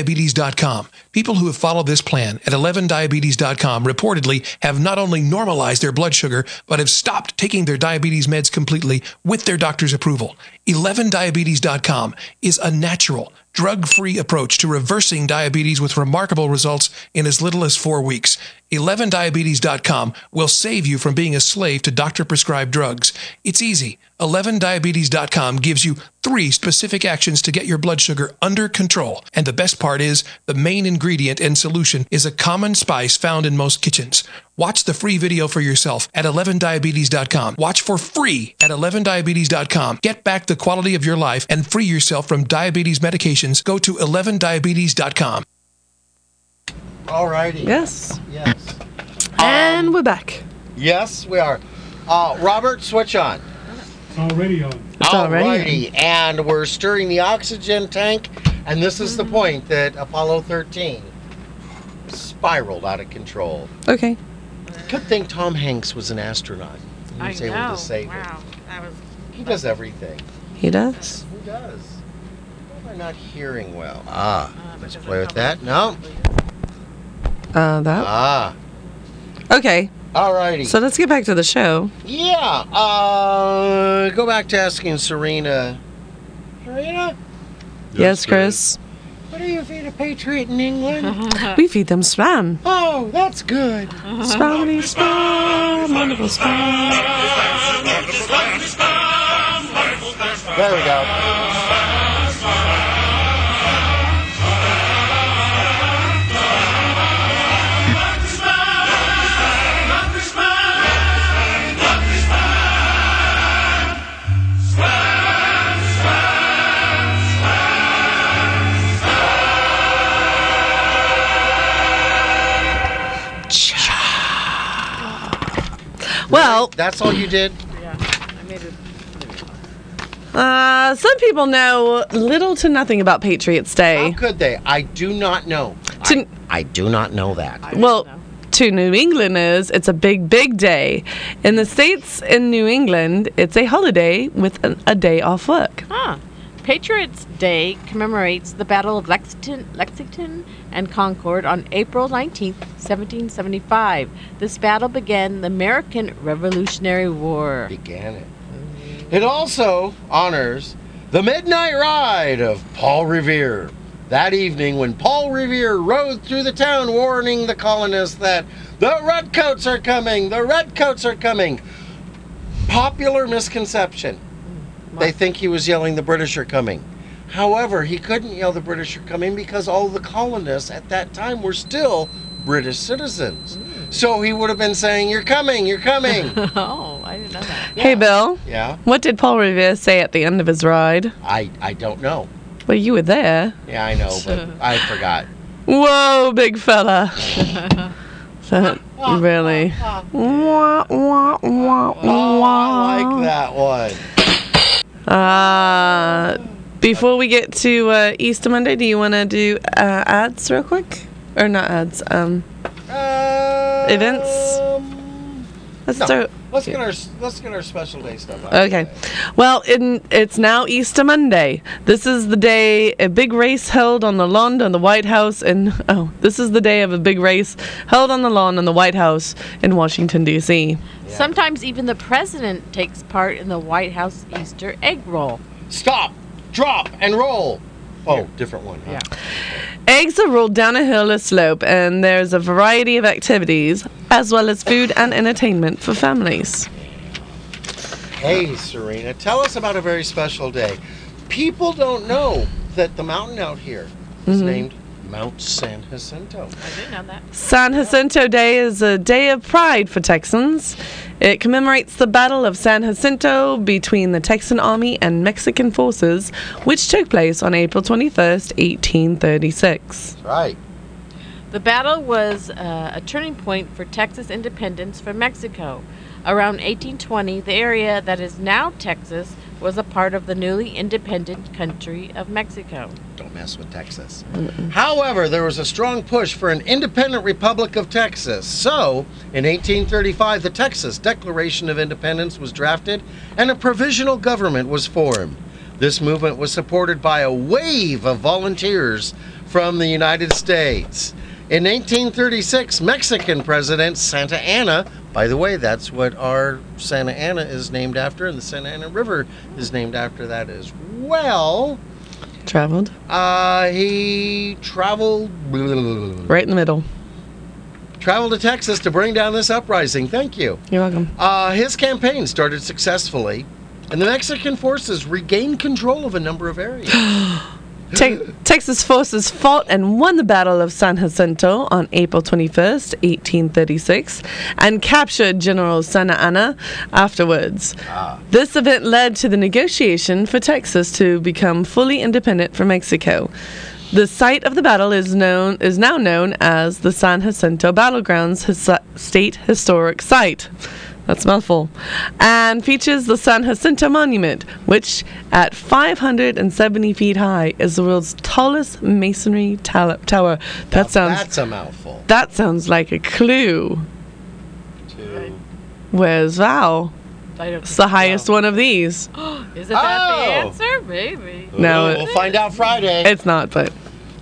S14: 11diabetes.com. People who have followed this plan at 11diabetes.com reportedly have not only normalized their blood sugar, but have stopped taking their diabetes meds completely with their doctor's approval. 11diabetes.com is a natural drug free approach to reversing diabetes with remarkable results in as little as four weeks. 11diabetes.com will save you from being a slave to doctor prescribed drugs. It's easy. 11diabetes.com gives you three specific actions to get your blood sugar under control. And the best part is the main ingredient and solution is a common spice found in most kitchens. Watch the free video for yourself at 11diabetes.com. Watch for free at 11diabetes.com. Get back the quality of your life and free yourself from diabetes medications. Go to 11diabetes.com.
S3: All righty.
S1: Yes.
S3: Yes.
S1: And we're back.
S3: Yes, we are. Uh, Robert, switch on. It's already on.
S1: It's already on.
S3: Alrighty, and we're stirring the oxygen tank, and this is the point that Apollo 13 spiraled out of control.
S1: Okay.
S3: Good thing Tom Hanks was an astronaut. He was able to save
S2: wow. That was
S3: it. He does everything.
S1: He does.
S3: He does. People are not hearing well. Ah, let's play with that. No.
S1: Uh, that.
S3: Ah,
S1: Okay.
S3: alrighty.
S1: So let's get back to the show.
S3: Yeah. Uh, go back to asking Serena. Serena,
S1: Yes, Chris.
S3: what do you feed a patriot in England?
S1: We feed them spam.
S3: oh, that's good.
S1: Spammy spam. Wonderful spam.
S3: There we go.
S1: Well,
S3: That's all you did?
S1: uh, some people know little to nothing about Patriots Day.
S3: How could they? I do not know.
S1: To-
S3: I do not know that.
S1: well, to New Englanders, it's a big, big day. In the States in New England, it's a holiday with an, a day off work.
S2: Huh. Patriots Day commemorates the Battle of Lexington, Lexington and Concord on April 19, 1775. This battle began the American Revolutionary War.
S3: Began it. It also honors the midnight ride of Paul Revere. That evening, when Paul Revere rode through the town warning the colonists that the redcoats are coming, the redcoats are coming. Popular misconception. They think he was yelling, the British are coming. However, he couldn't yell, the British are coming because all the colonists at that time were still British citizens. So he would have been saying, You're coming, you're coming.
S2: Oh, I didn't know that.
S1: Hey, Bill.
S3: yeah,
S1: What did Paul Revere say at the end of his ride?
S3: I, I don't know.
S1: Well, you were there.
S3: Yeah, I know, but I forgot.
S1: Whoa, big fella. That- really. Wah, wah, wah,
S3: Oh, I
S1: wah.
S3: like that one.
S1: Uh, before we get to uh, Easter Monday, do you want to do uh, ads real quick? Or not ads, um,
S3: Um,
S1: events? Let's
S3: no,
S1: start.
S3: Let's get our let's get our special day stuff. out.
S1: Okay. Well, in, it's now Easter Monday. This is the day a big race held on the lawn on the White House and oh, this is the day of a big race held on the lawn on the White House in Washington D.C.
S2: Sometimes even the president takes part in the White House Easter egg roll.
S3: Stop, drop, and roll. Oh, different one. Yeah.
S1: Eggs are rolled down a hill or slope and there's a variety of activities as well as food and entertainment for families.
S3: Hey, Serena, tell us about a very special day. people don't know that the mountain out here is
S1: Mhm.
S3: named Mount San Jacinto. I
S2: didn't know that.
S1: San Jacinto Day is a day of pride for Texans. It commemorates the Battle of San Jacinto between the Texan Army and Mexican forces, which took place on April 21st, 1836.
S3: Right.
S2: The battle was uh, a turning point for Texas independence from Mexico. Around 1820, the area that is now Texas was a part of the newly independent country of Mexico.
S3: Don't mess with Texas. However, there was a strong push for an independent Republic of Texas. So, in 1835, the Texas Declaration of Independence was drafted and a provisional government was formed. This movement was supported by a wave of volunteers from the United States. In 1836, Mexican President Santa Anna, by the way, that's what our Santa Ana is named after, and the Santa Ana River is named after that as well.
S1: Traveled
S3: Uh, he traveled
S1: right in the middle.
S3: traveled to Texas to bring down this uprising. Thank you.
S1: You're welcome.
S3: Uh, his campaign started successfully, and the Mexican forces regained control of a number of areas.
S1: Te- Texas forces fought and won the Battle of San Jacinto on April 21st, 1836, and captured General Santa Anna afterwards. This event led to the negotiation for Texas to become fully independent from Mexico. The site of the battle is known is now known as the San Jacinto Battlegrounds His- State Historic Site. That's a mouthful. And features the San Jacinto Monument, which at 570 feet high is the world's tallest masonry tal- tower. That sounds
S3: That's a mouthful.
S1: that sounds like a clue. Where's Val?
S2: I don't
S1: It's the highest one of these.
S2: Is it that
S3: Oh.
S2: the answer? Maybe.
S1: No, it-
S3: we'll find out Friday.
S1: It's not, but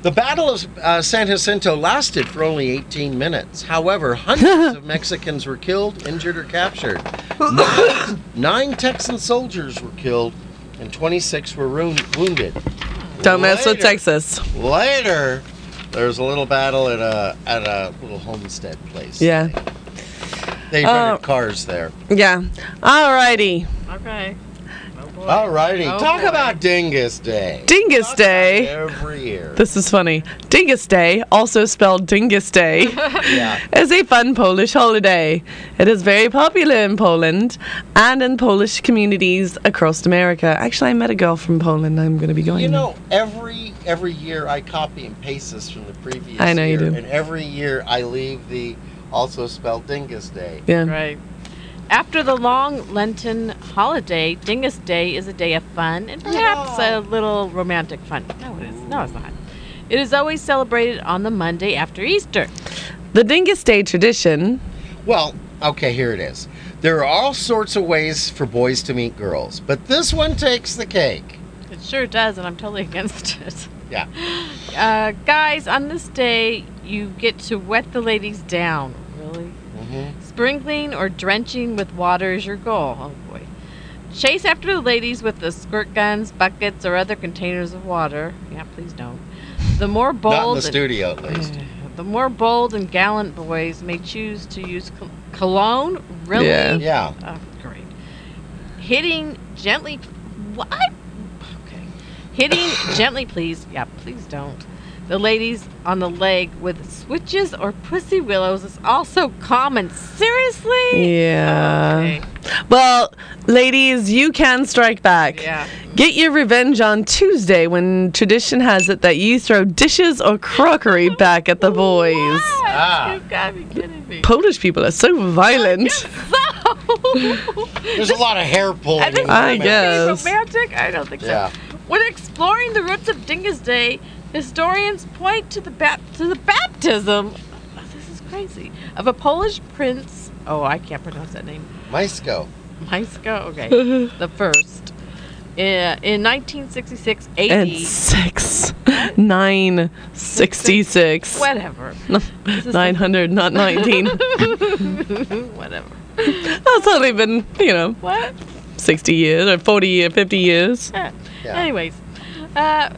S3: The Battle of uh, San Jacinto lasted for only 18 minutes. However, hundreds of Mexicans were killed, injured, or captured. Nine, nine Texan soldiers were killed, and 26 were wound- wounded.
S1: Don't mess with Texas.
S3: Later, there was a little battle at a at a little homestead place.
S1: Yeah.
S3: They
S1: Uh,
S3: rented cars there.
S1: Yeah. Alrighty.
S2: Okay.
S3: Alrighty,
S1: Oh,
S3: talk
S1: boy.
S3: about Dingus Day.
S1: Dingus Day.
S3: Every year.
S1: This is funny. Dingus Day, also spelled Dingus Day,
S3: Yeah.
S1: is a fun Polish holiday. It is very popular in Poland and in Polish communities across America. Actually, I met a girl from Poland. I'm going to be going.
S3: You know, every every year I copy and paste this from the previous
S1: I know you
S3: year,
S1: do.
S3: and every year I leave the also spelled Dingus Day.
S1: Yeah.
S2: Right. After the long Lenten holiday, Dingus Day is a day of fun and perhaps a little romantic fun. No, it is. No, it's not. It is always celebrated on the Monday after Easter.
S1: The Dingus Day tradition.
S3: Well, okay, here it is. There are all sorts of ways for boys to meet girls, but this one takes the cake.
S2: It sure does, and I'm totally against it.
S3: Yeah.
S2: Uh, guys, on this day, you get to wet the ladies down. Really?
S3: Mm-hmm.
S2: Sprinkling or drenching with water is your goal. Oh boy. Chase after the ladies with the squirt guns, buckets, or other containers of water. Yeah, please don't. The more bold.
S3: Not in the
S2: and-
S3: studio, at least.
S2: the more bold and gallant boys may choose to use col- cologne, really?
S1: Mm.
S3: Yeah. Yeah.
S2: Oh, great. Hitting gently. What? Okay. Hitting gently, please. Yeah, please don't. The ladies on the leg with switches or pussy willows is also common. Seriously?
S1: Yeah. Well, ladies, you can strike back.
S2: Yeah.
S1: Get your revenge on Tuesday when tradition has it that you throw dishes or crockery back at the boys.
S2: you gotta be kidding me.
S1: Polish people are so violent.
S3: There's a lot of hair
S2: I
S3: pulling.
S2: think
S1: I
S2: it's
S1: guess.
S2: being romantic. I don't think
S3: Yeah.
S2: so. When exploring the roots of Dingus Day, historians point to the bap- to the baptism. oh, This is crazy. Of a Polish prince. Oh, I can't pronounce that name.
S3: Mysko.
S2: Mysko. Okay, the first. Uh, in 1966 AD.
S1: And six, nine, sixty-six.
S2: Whatever.
S1: Nine hundred, not nineteen.
S2: Whatever.
S1: That's only been, you know,
S2: What?
S1: sixty years or forty year, fifty years.
S2: Yeah.
S1: Yeah.
S2: Anyways, uh,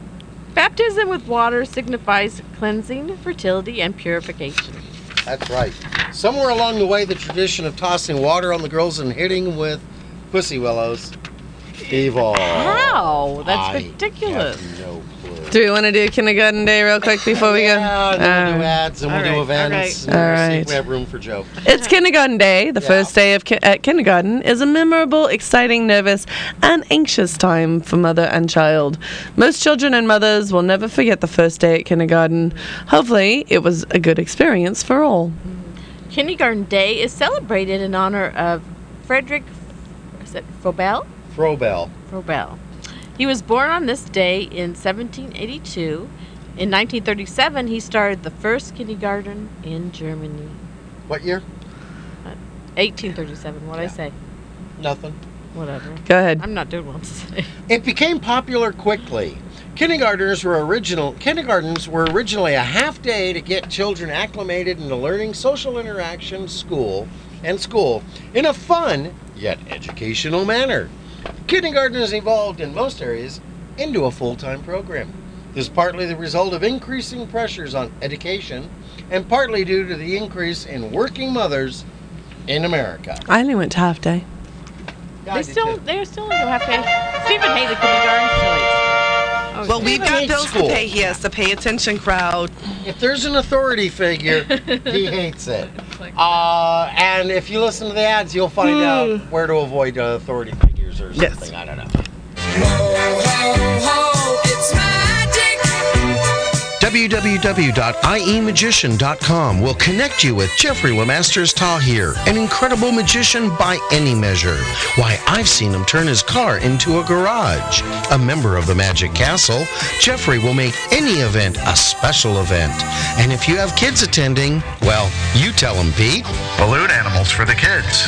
S2: baptism with water signifies cleansing, fertility, and purification.
S3: That's right. Somewhere along the way, the tradition of tossing water on the girls and hitting with pussy willows evolved.
S2: Wow, that's
S3: I
S2: ridiculous.
S3: No clue.
S1: Do we want to do kindergarten day real quick before we go? Um,
S3: Yeah, and we'll do ads and we'll do events. and
S1: Uh, All
S3: we'll see if
S1: right.
S3: We have room for Joe.
S1: It's kindergarten day. The first day of ki- at kindergarten is a memorable, exciting, nervous, and anxious time for mother and child. Most children and mothers will never forget the first day at kindergarten. Hopefully, it was a good experience for all.
S2: Kindergarten Day is celebrated in honor of Frederick is it Frobel?
S3: Frobel.
S2: Frobel. He was born on this day in 1782. In 1937, he started the first kindergarten in Germany.
S3: What year?
S2: 1837. What would I say?
S3: Nothing.
S2: Whatever.
S1: Go ahead.
S2: I'm not doing what I'm saying.
S3: It became popular quickly. Kindergartners were original. Kindergartens were originally a half day to get children acclimated into learning social interaction, school, and school in a fun yet educational manner. Kindergarten has evolved in most areas into a full-time program. This is partly the result of increasing pressures on education, and partly due to the increase in working mothers in America.
S1: I only went to half day.
S2: They still, they're still going to have to. Stephen Haley kindergarten sillies. Oh,
S1: Well, we've
S2: Stephen-
S1: got bills to
S3: school.
S1: pay. He has to pay attention, crowd.
S3: If there's an authority figure, he hates it. Uh, and if you listen to the ads, you'll find out where to avoid uh, authority figures or something. I don't know. E www.iemagician.com will connect you with Jeffrey Lemasters Tahir, an incredible magician by any measure. Why, I've seen him turn his car into a garage. A member of the Magic Castle, Jeffrey will make any event a special event. And if you have kids attending, well, you tell them, Pete.
S8: Balloon animals for the kids.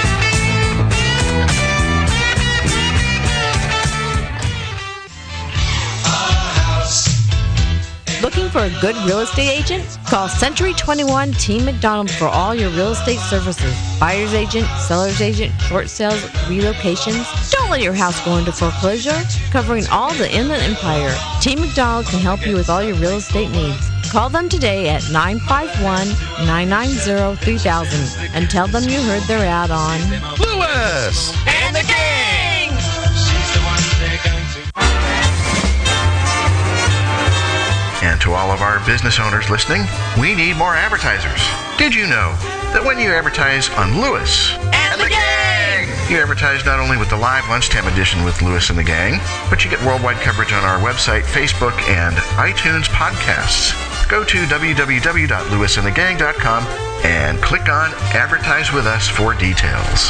S15: Looking for a good real estate agent? Call Century 21 Team McDonald for all your real estate services buyer's agent, seller's agent, short sales, relocations. Don't let your house go into foreclosure. Covering all the Inland Empire, Team McDonald can help you with all your real estate needs. Call them today at 951 990 3000 and tell them you heard their ad on
S3: Lewis!
S15: And the Gang!
S8: And to all of our business owners listening, we need more advertisers. Did you know that when you advertise on Lewis and the Gang, you advertise not only with the live lunchtime edition with Lewis and the Gang, but you get worldwide coverage on our website, Facebook, and iTunes podcasts. Go to www.lewisandthegang.com and click on Advertise with Us for details.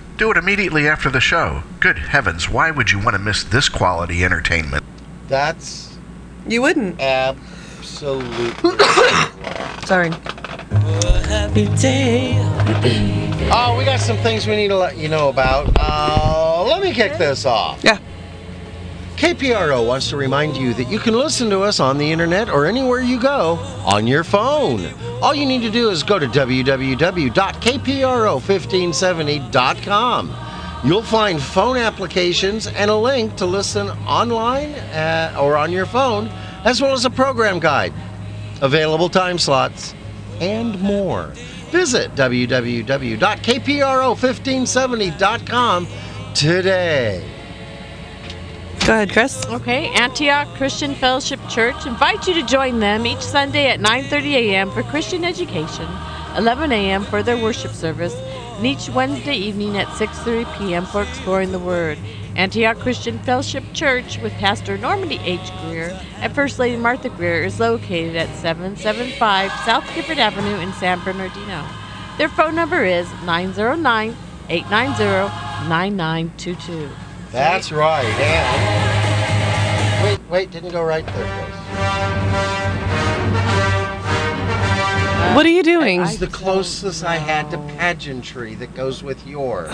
S8: Do it immediately after the show. Good heavens, why would you want to miss this quality entertainment?
S3: That's
S1: You wouldn't.
S3: absolutely.
S1: Sorry.
S3: oh, we got some things we need to let you know about. Uh, let me kick this off.
S1: Yeah.
S3: KPRO wants to remind you that you can listen to us on the internet or anywhere you go on your phone. All you need to do is go to www.kpro1570.com. You'll find phone applications and a link to listen online uh, or on your phone, as well as a program guide, available time slots, and more. Visit www.kpro1570.com today.
S1: Go ahead, Chris.
S2: Okay, Antioch Christian Fellowship Church invites you to join them each Sunday at 9:30 a.m. for Christian education, 11 a.m. for their worship service, and each Wednesday evening at 6:30 p.m. for exploring the Word. Antioch Christian Fellowship Church with Pastor Normandy H. Greer and First Lady Martha Greer is located at 775 South Gifford Avenue in San Bernardino. Their phone number is 909 890 9922.
S3: That's right. And wait, wait, didn't go right there.
S1: What are you doing?
S3: It's the closest I had to pageantry that goes with yours.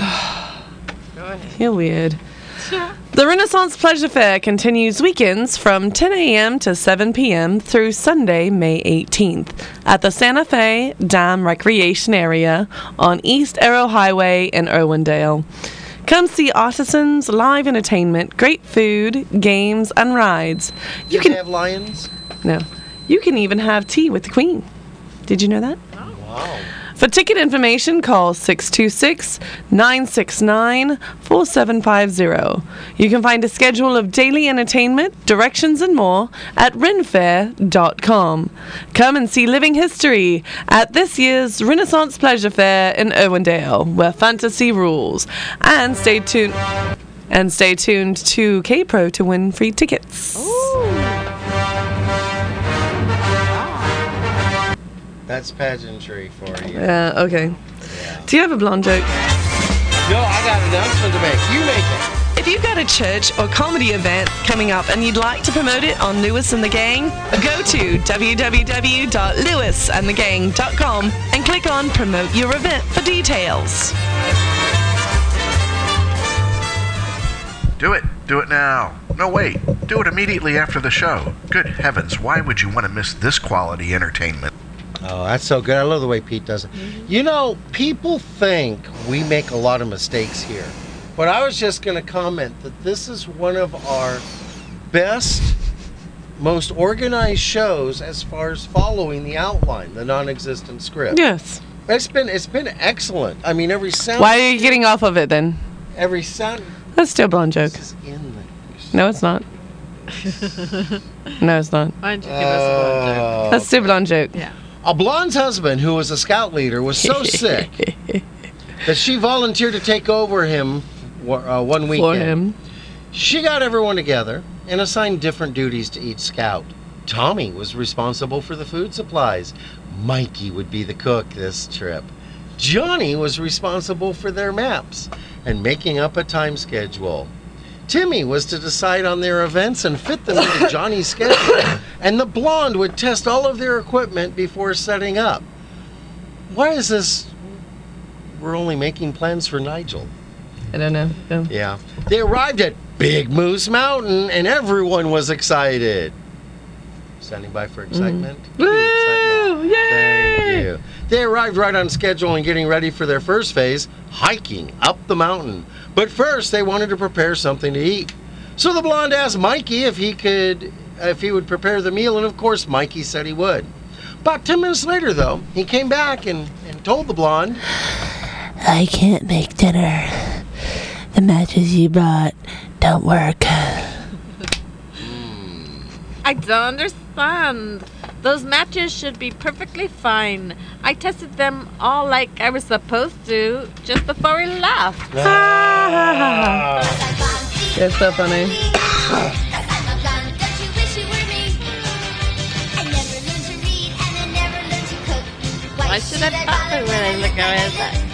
S1: You're weird. The Renaissance Pleasure Fair continues weekends from 10 a.m. to 7 p.m. through Sunday, May 18th at the Santa Fe Dam Recreation Area on East Arrow Highway in Irwindale. Come see artisans, live entertainment, great food, games, and rides.
S3: You can have lions.
S1: No. You can even have tea with the Queen. Did you know that?
S3: Wow.
S1: For ticket information, call 626 969 4750. You can find a schedule of daily entertainment, directions, and more at renfair.com. Come and see living history at this year's Renaissance Pleasure Fair in Irwindale, where fantasy rules. And stay tuned. And stay tuned to K Pro to win free tickets.
S3: That's pageantry for you.
S1: Yeah, Uh, okay. Do you have a blonde joke?
S3: No, I got an announcement to make. You make it.
S1: If you've got a church or comedy event coming up and you'd like to promote it on Lewis and the Gang, go to www.lewisandthegang.com and click on Promote Your Event for details.
S8: Do it. Do it now. No, wait. Do it immediately after the show. Good heavens, why would you want to miss this quality entertainment?
S3: Oh, that's so good. I love the way Pete does it. You know, people think we make a lot of mistakes here, but I was just going to comment that this is one of our best, most organized shows as far as following the outline, the non-existent script.
S1: Yes.
S3: It's been it's been excellent. I mean, every sound.
S1: Why are you getting off of it then?
S3: Every sound.
S1: That's still a blonde joke.
S3: in
S1: No, it's not. No, it's not.
S2: Why don't you give us a blonde joke?
S1: That's still a blonde joke.
S2: Yeah.
S3: A blonde's husband, who was a scout leader, was so sick that she volunteered to take over him uh, one weekend.
S1: him.
S3: She got everyone together and assigned different duties to each scout. Tommy was responsible for the food supplies. Mikey would be the cook this trip. Johnny was responsible for their maps and making up a time schedule. Timmy was to decide on their events and fit them into Johnny's schedule, and the blonde would test all of their equipment before setting up. Why is this? We're only making plans for Nigel.
S1: I don't know.
S3: Yeah. They arrived at Big Moose Mountain, and everyone was excited. Standing by for excitement.
S1: Woo!
S3: Thank you. They arrived right on schedule and getting ready for their first phase, hiking up the mountain. But first, they wanted to prepare something to eat. So the blonde asked Mikey if he could, if he would prepare the meal, and of course, Mikey said he would. About 10 minutes later, though, he came back and, and told the blonde,
S16: I can't make dinner. The matches you brought don't work.
S2: I don't understand. Those matches should be perfectly fine. I tested them all like I was supposed to just before we left.
S1: That's so funny.
S2: Why should I bother when I look around?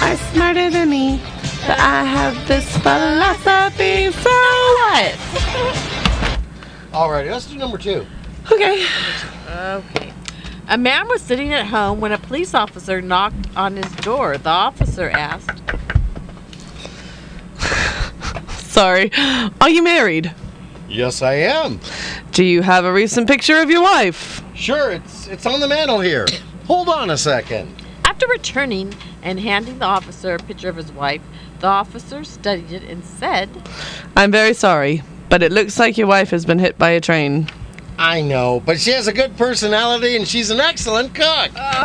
S1: Are smarter than me, but I have this philosophy, so what?
S3: All right, let's do number two.
S1: Okay.
S2: Okay. A man was sitting at home when a police officer knocked on his door. The officer asked,
S1: Sorry. Are you married?
S3: Yes, I am.
S1: Do you have a recent picture of your wife?
S3: Sure, it's it's on the mantle here. Hold on a second.
S2: After returning and handing the officer a picture of his wife, the officer studied it and said,
S1: I'm very sorry, but it looks like your wife has been hit by a train.
S3: I know, but she has a good personality and she's an excellent cook.
S1: Ah.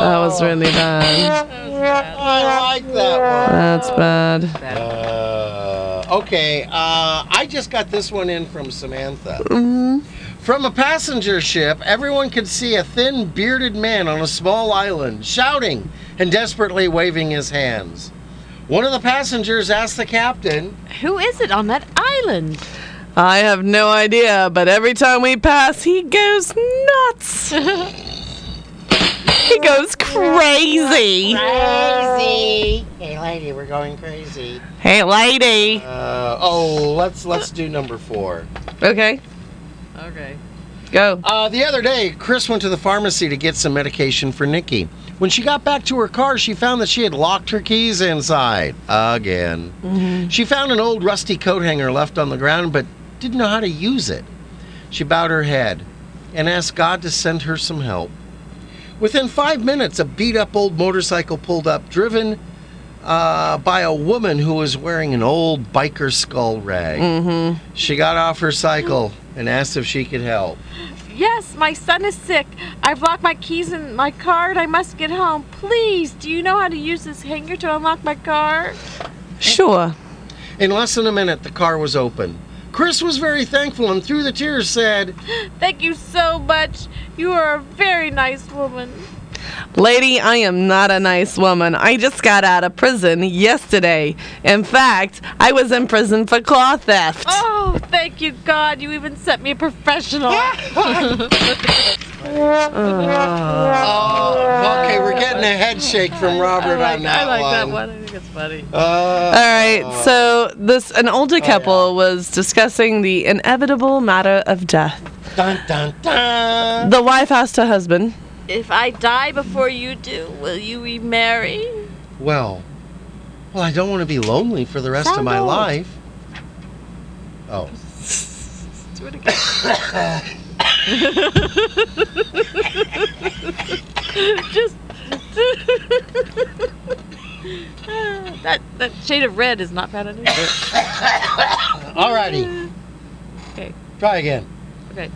S1: That was really bad.
S3: Oh, I like that one.
S1: That's bad.
S3: Uh, okay, uh, I just got this one in from Samantha. From a passenger ship, everyone could see a thin, bearded man on a small island shouting and desperately waving his hands. One of the passengers asked the captain,
S2: Who is it on that island?
S1: I have no idea, but every time we pass, he goes nuts. he goes crazy. lady.
S3: Crazy. Hey, lady, we're going crazy.
S1: Hey, lady.
S3: Uh, oh, let's let's do number four.
S1: Okay.
S2: Okay.
S1: Go.
S3: Uh, the other day, Chris went to the pharmacy to get some medication for Nikki. When she got back to her car, she found that she had locked her keys inside again. She found an old rusty coat hanger left on the ground, but didn't know how to use it. She bowed her head and asked God to send her some help. Within five minutes, a beat up old motorcycle pulled up, driven uh, by a woman who was wearing an old biker skull rag. Mm-hmm. She got off her cycle and asked if she could help.
S2: Yes, my son is sick. I've locked my keys in my car and I must get home. Please, do you know how to use this hanger to unlock my car?
S1: Sure.
S3: In less than a minute, the car was open. Chris was very thankful and through the tears said,
S2: Thank you so much. You are a very nice woman.
S1: Lady, I am not a nice woman. I just got out of prison yesterday. In fact, I was in prison for car theft.
S2: Oh, thank you, God. You even sent me a professional.
S3: oh, okay, we're getting a head shake from Robert on that
S2: I like that
S3: one. Uh,
S2: one. I think it's funny.
S1: All right, so this an
S3: Oh,
S1: older couple was discussing the inevitable matter of death.
S3: Dun dun dun.
S1: The wife asked her husband,
S2: If I die before you do, will you remarry?
S3: Well, well, I don't want to be lonely for the rest of
S2: Sound
S3: my
S2: old.
S3: life. Oh.
S2: Do it again. Just. that, that shade of red is not bad at all.
S3: Alrighty.
S2: Okay.
S3: Try again.
S2: Okay.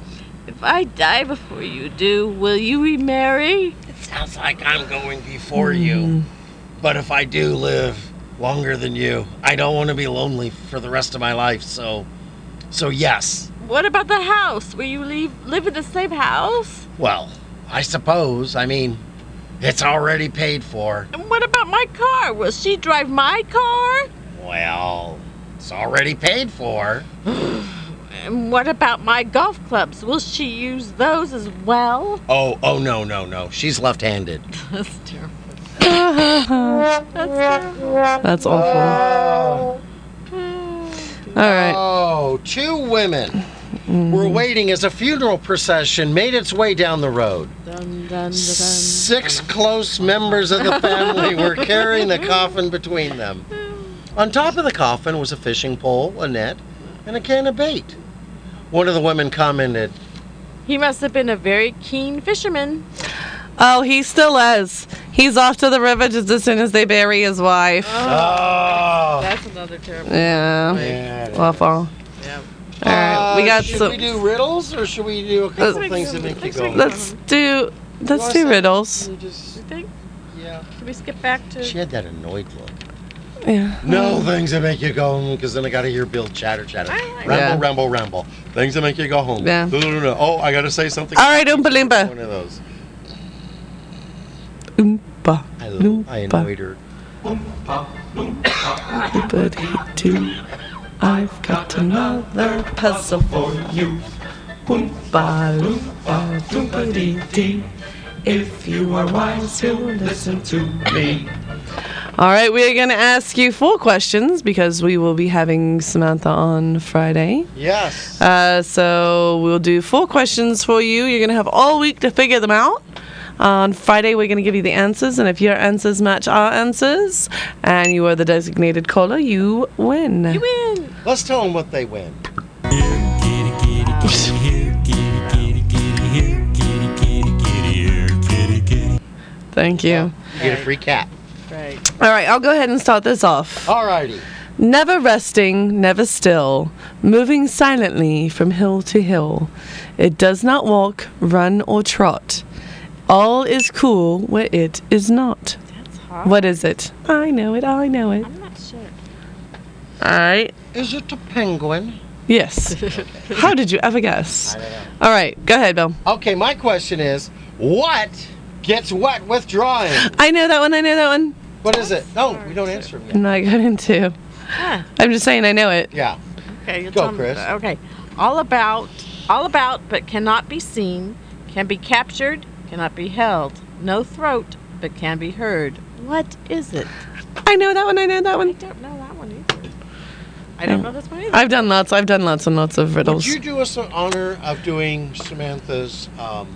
S2: If I die before you do, will you remarry?
S3: Sounds like I'm going before
S2: Mm.
S3: you. But if I do live longer than you, I don't want to be lonely for the rest of my life. So, so yes.
S2: What about the house? Will you leave, live in the same house?
S3: Well, I suppose. I mean, it's already paid for.
S2: And what about my car? Will she drive my car?
S3: Well, it's already paid for.
S2: And what about my golf clubs? Will she use those as well?
S3: Oh, oh no, no, no. She's left-handed.
S2: That's terrible.
S1: That's
S2: terrible.
S1: "That's awful." All right.
S3: Oh, two women
S1: Mm.
S3: were waiting as a funeral procession made its way down the road.
S2: Dun, dun, dun, dun.
S3: Six close members of the family were carrying the coffin between them. On top of the coffin was a fishing pole, a net, and a can of bait. One of the women commented,
S2: He must have been a very keen fisherman.
S1: "Oh, he still is. He's off to the river just as soon as they bury his wife."
S3: Oh.
S2: That's another terrible.
S1: Yeah.
S3: Yeah, it is.
S1: Awful.
S2: Yeah.
S1: All right, we
S3: Uh,
S1: got
S3: should
S1: some.
S3: we do riddles or should we do a couple things that make you go?
S1: Let's do. Let's
S3: wanna
S1: do
S3: say-
S1: riddles.
S3: You just-
S2: You think?
S3: yeah.
S2: Can we skip back to?
S3: She had that annoyed look.
S1: Yeah.
S3: No things that make you go home because then I gotta hear Bill chatter chatter. Ramble,
S1: Yeah.
S3: ramble, ramble. Things that make you go home.
S1: Yeah.
S3: No, no, no, no. Oh, I gotta say something.
S1: All right, Oompa Loompa.
S3: One of those.
S1: Oompa
S3: I, lo- I
S1: Loompa.
S3: annoyed her.
S1: Loopity doo. I've got another puzzle for you. Oompa loompa doopity dee. If you are wise, you'll listen to me. All right, we are going to ask you four questions because we will be having Samantha on Friday.
S3: Yes.
S1: Uh, so we'll do four questions for you. You're going to have all week to figure them out. On Friday, we're going to give you the answers, and if your answers match our answers, and you are the designated caller, you win. You
S2: win.
S3: Let's tell them what they win.
S1: Thank you.
S3: Get a free cat.
S2: Right.
S1: All right, I'll go ahead and start this off.
S3: Alrighty.
S1: Never resting, never still, moving silently from hill to hill. It does not walk, run, or trot. All is cool where it is not.
S2: hard.
S1: What is it? I know it, I know it.
S2: I'm not sure.
S1: All right.
S3: Is it a penguin?
S1: Yes. How did you ever guess? All right, go ahead, Bill.
S3: Okay, my question is, what gets wet with drawing?
S1: I know that one. I know that one.
S3: What is it? No, we don't answer them yet.
S1: And I got into.
S2: Huh.
S1: I'm just saying I know it.
S3: Yeah.
S2: Okay, you'll
S3: Go,
S2: tell me-
S3: Chris.
S2: Okay, all about, all about, but cannot be seen, can be captured, cannot be held, no throat, but can be heard. What is it?
S1: I know that one. I know that one. I
S2: don't know that one either. I don't know this one either.
S1: I've done lots. I've done lots and lots of
S3: Would
S1: riddles.
S3: you do us the honor of doing Samantha's um,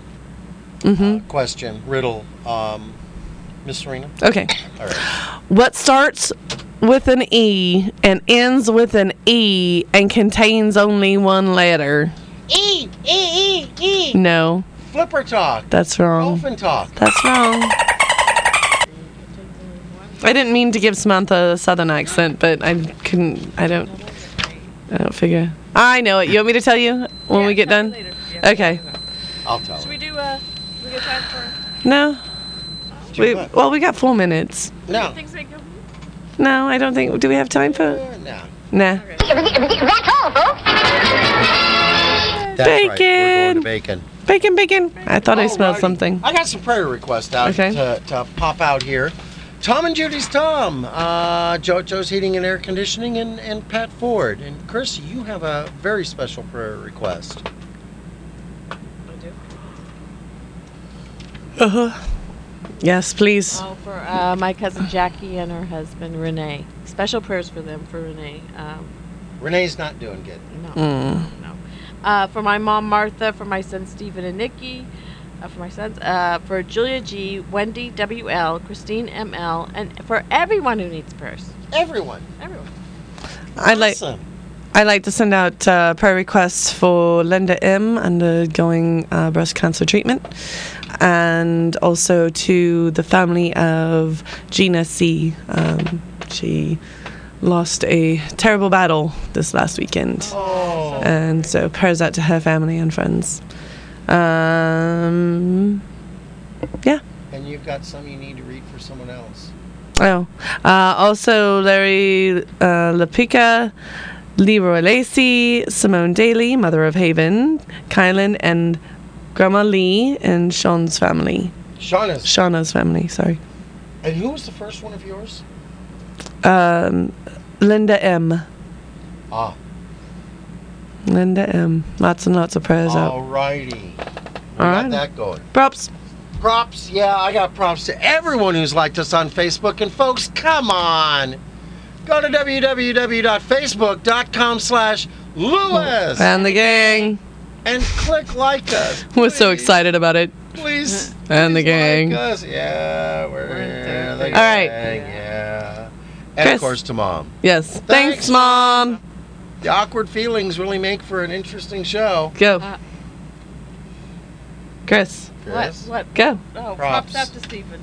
S1: Mm-hmm.
S3: question, riddle, um, Miss Serena?
S1: Okay.
S3: All right.
S1: What starts with an E and ends with an E and contains only one letter?
S3: E, E, E, E.
S1: No,
S3: Flipper talk.
S1: that's wrong.
S3: Dolphin talk.
S1: That's wrong. I didn't mean to give Samantha a southern accent, but I couldn't. I don't. I don't figure. I know it. You want me to tell you when we get done? Okay.
S3: I'll tell
S2: Should we do uh, a? We got time for?
S1: No.
S3: Too
S1: We,
S3: much.
S1: well, we got four minutes.
S3: No.
S2: Things that go-
S1: No, I don't think. Do we have time for?
S3: No.
S1: Nah.
S5: That's all, folks.
S3: That's right. We're going to
S1: Bacon.
S3: bacon.
S1: Bacon, bacon. I thought I smelled
S3: Alrighty.
S1: something.
S3: I got some prayer requests out
S1: Okay.
S3: to, to pop out here. Tom and Judy's Tom, uh, JoJo's Heating and Air Conditioning, and, and Pat Ford. And Chris, you have a very special prayer request.
S1: Uh huh. Yes, please.
S2: Oh, for uh, my cousin Jackie and her husband Renee. Special prayers for them for Renee. Um,
S3: Renee's not doing good.
S2: No.
S1: Mm.
S2: No. Uh, for my mom, Martha. For my son, Stephen and Nikki. Uh, for my sons. Uh, for Julia G., Wendy WL, Christine ML, and for everyone who needs prayers.
S3: Everyone.
S2: Everyone.
S1: I'd like.
S3: Awesome.
S1: I'd like to send out uh, prayer requests for Linda M. undergoing uh, breast cancer treatment, and also to the family of Gina C. Um, she lost a terrible battle this last weekend, and so prayers out to her family and friends. Um, yeah.
S3: And you've got some you need to read for someone else.
S1: Oh, uh, also Larry uh, Lapica, Leroy Lacey, Simone Daly, Mother of Haven, Kylan, and Grandma Lee and Sean's family.
S3: Shauna's.
S1: Shauna's family, sorry.
S3: And who was the first one of yours?
S1: Um, Linda M.
S3: Ah.
S1: Linda M. Lots and lots of prayers out.
S3: Alrighty. We got
S1: Alright.
S3: that going.
S1: Props.
S3: Props, yeah, I got props to everyone who's liked us on Facebook. And folks, come on. Go to www.facebook.com slash Lewis
S1: And the gang.
S3: and click like us.
S1: We're so excited about it.
S3: Please
S1: And the gang.
S3: like us. Yeah, we're, the
S1: All right.
S3: gang, Yeah. And
S1: Chris.
S3: of course to mom.
S1: Yes. Thanks, Mom.
S3: The awkward feelings really make for an interesting show.
S1: Go. Chris.
S2: What?
S3: Chris?
S2: What?
S1: Go.
S2: Oh,
S3: Props.
S2: props up to Stephen.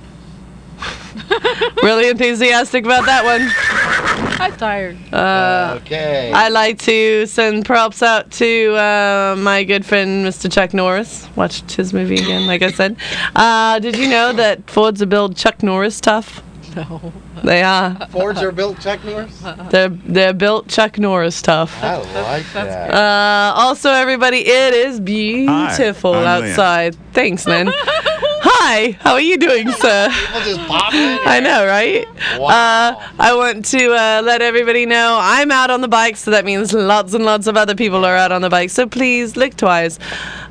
S1: really enthusiastic about that one.
S2: I'm tired.
S1: Uh,
S3: okay.
S1: I'd like to send props out to uh, my good friend, Mr. Chuck Norris. Watched his movie again, like I said. Uh, did you know that Fords are built Chuck Norris tough?
S2: No.
S1: They are.
S3: Fords are built Chuck Norris?
S1: They're they're built Chuck Norris tough.
S3: I like that.
S1: Uh, also, everybody, it is beautiful
S3: I'm Lynn.
S1: outside. Thanks, Lynn. Hi, how are you doing, sir?
S3: People just pop in.
S1: I know, right?
S3: Wow.
S1: Uh, I want to uh, let everybody know I'm out on the bike, so that means lots and lots of other people are out on the bike. So please look twice,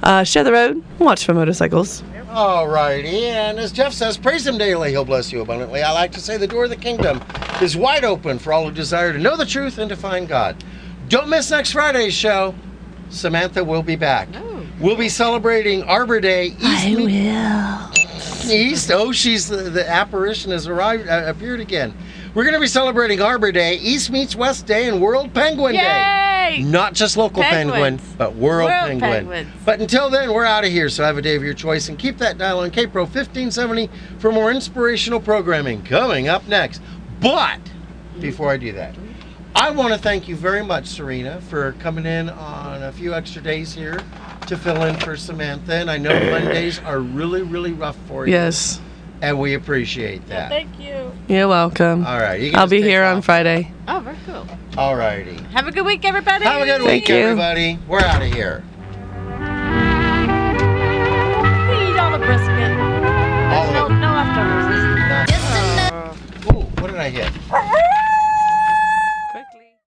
S1: uh, share the road, watch for motorcycles.
S3: All righty, and as Jeff says, praise him daily, he'll bless you abundantly. I like to say the door of the kingdom is wide open for all who desire to know the truth and to find God. Don't miss next Friday's show. Samantha will be back. We'll be celebrating Arbor Day. East I will. East, oh, she's the, the apparition has arrived, uh, appeared again. We're going to be celebrating Arbor Day, East meets West Day, and World Penguin Day.
S2: Yay!
S3: Not just local penguin,
S2: Penguins.
S3: but World,
S2: World
S3: Penguin.
S2: penguins.
S3: But until then, we're out of here. So have a day of your choice and keep that dial on KPRO 1570 for more inspirational programming coming up next. But before I do that, I want to thank you very much, Serena, for coming in on a few extra days here to fill in for Samantha. And I know Mondays are really, really rough for you.
S1: Yes,
S3: And we appreciate that.
S2: Thank you.
S1: you're welcome.
S3: All right, you can
S1: I'll
S3: just
S1: be
S3: take
S1: here
S3: off.
S1: on Friday.
S2: Oh, very cool.
S3: All righty.
S2: Have a good week, everybody.
S3: Have a good
S1: Thank
S3: week,
S1: you.
S3: everybody. We're out of here.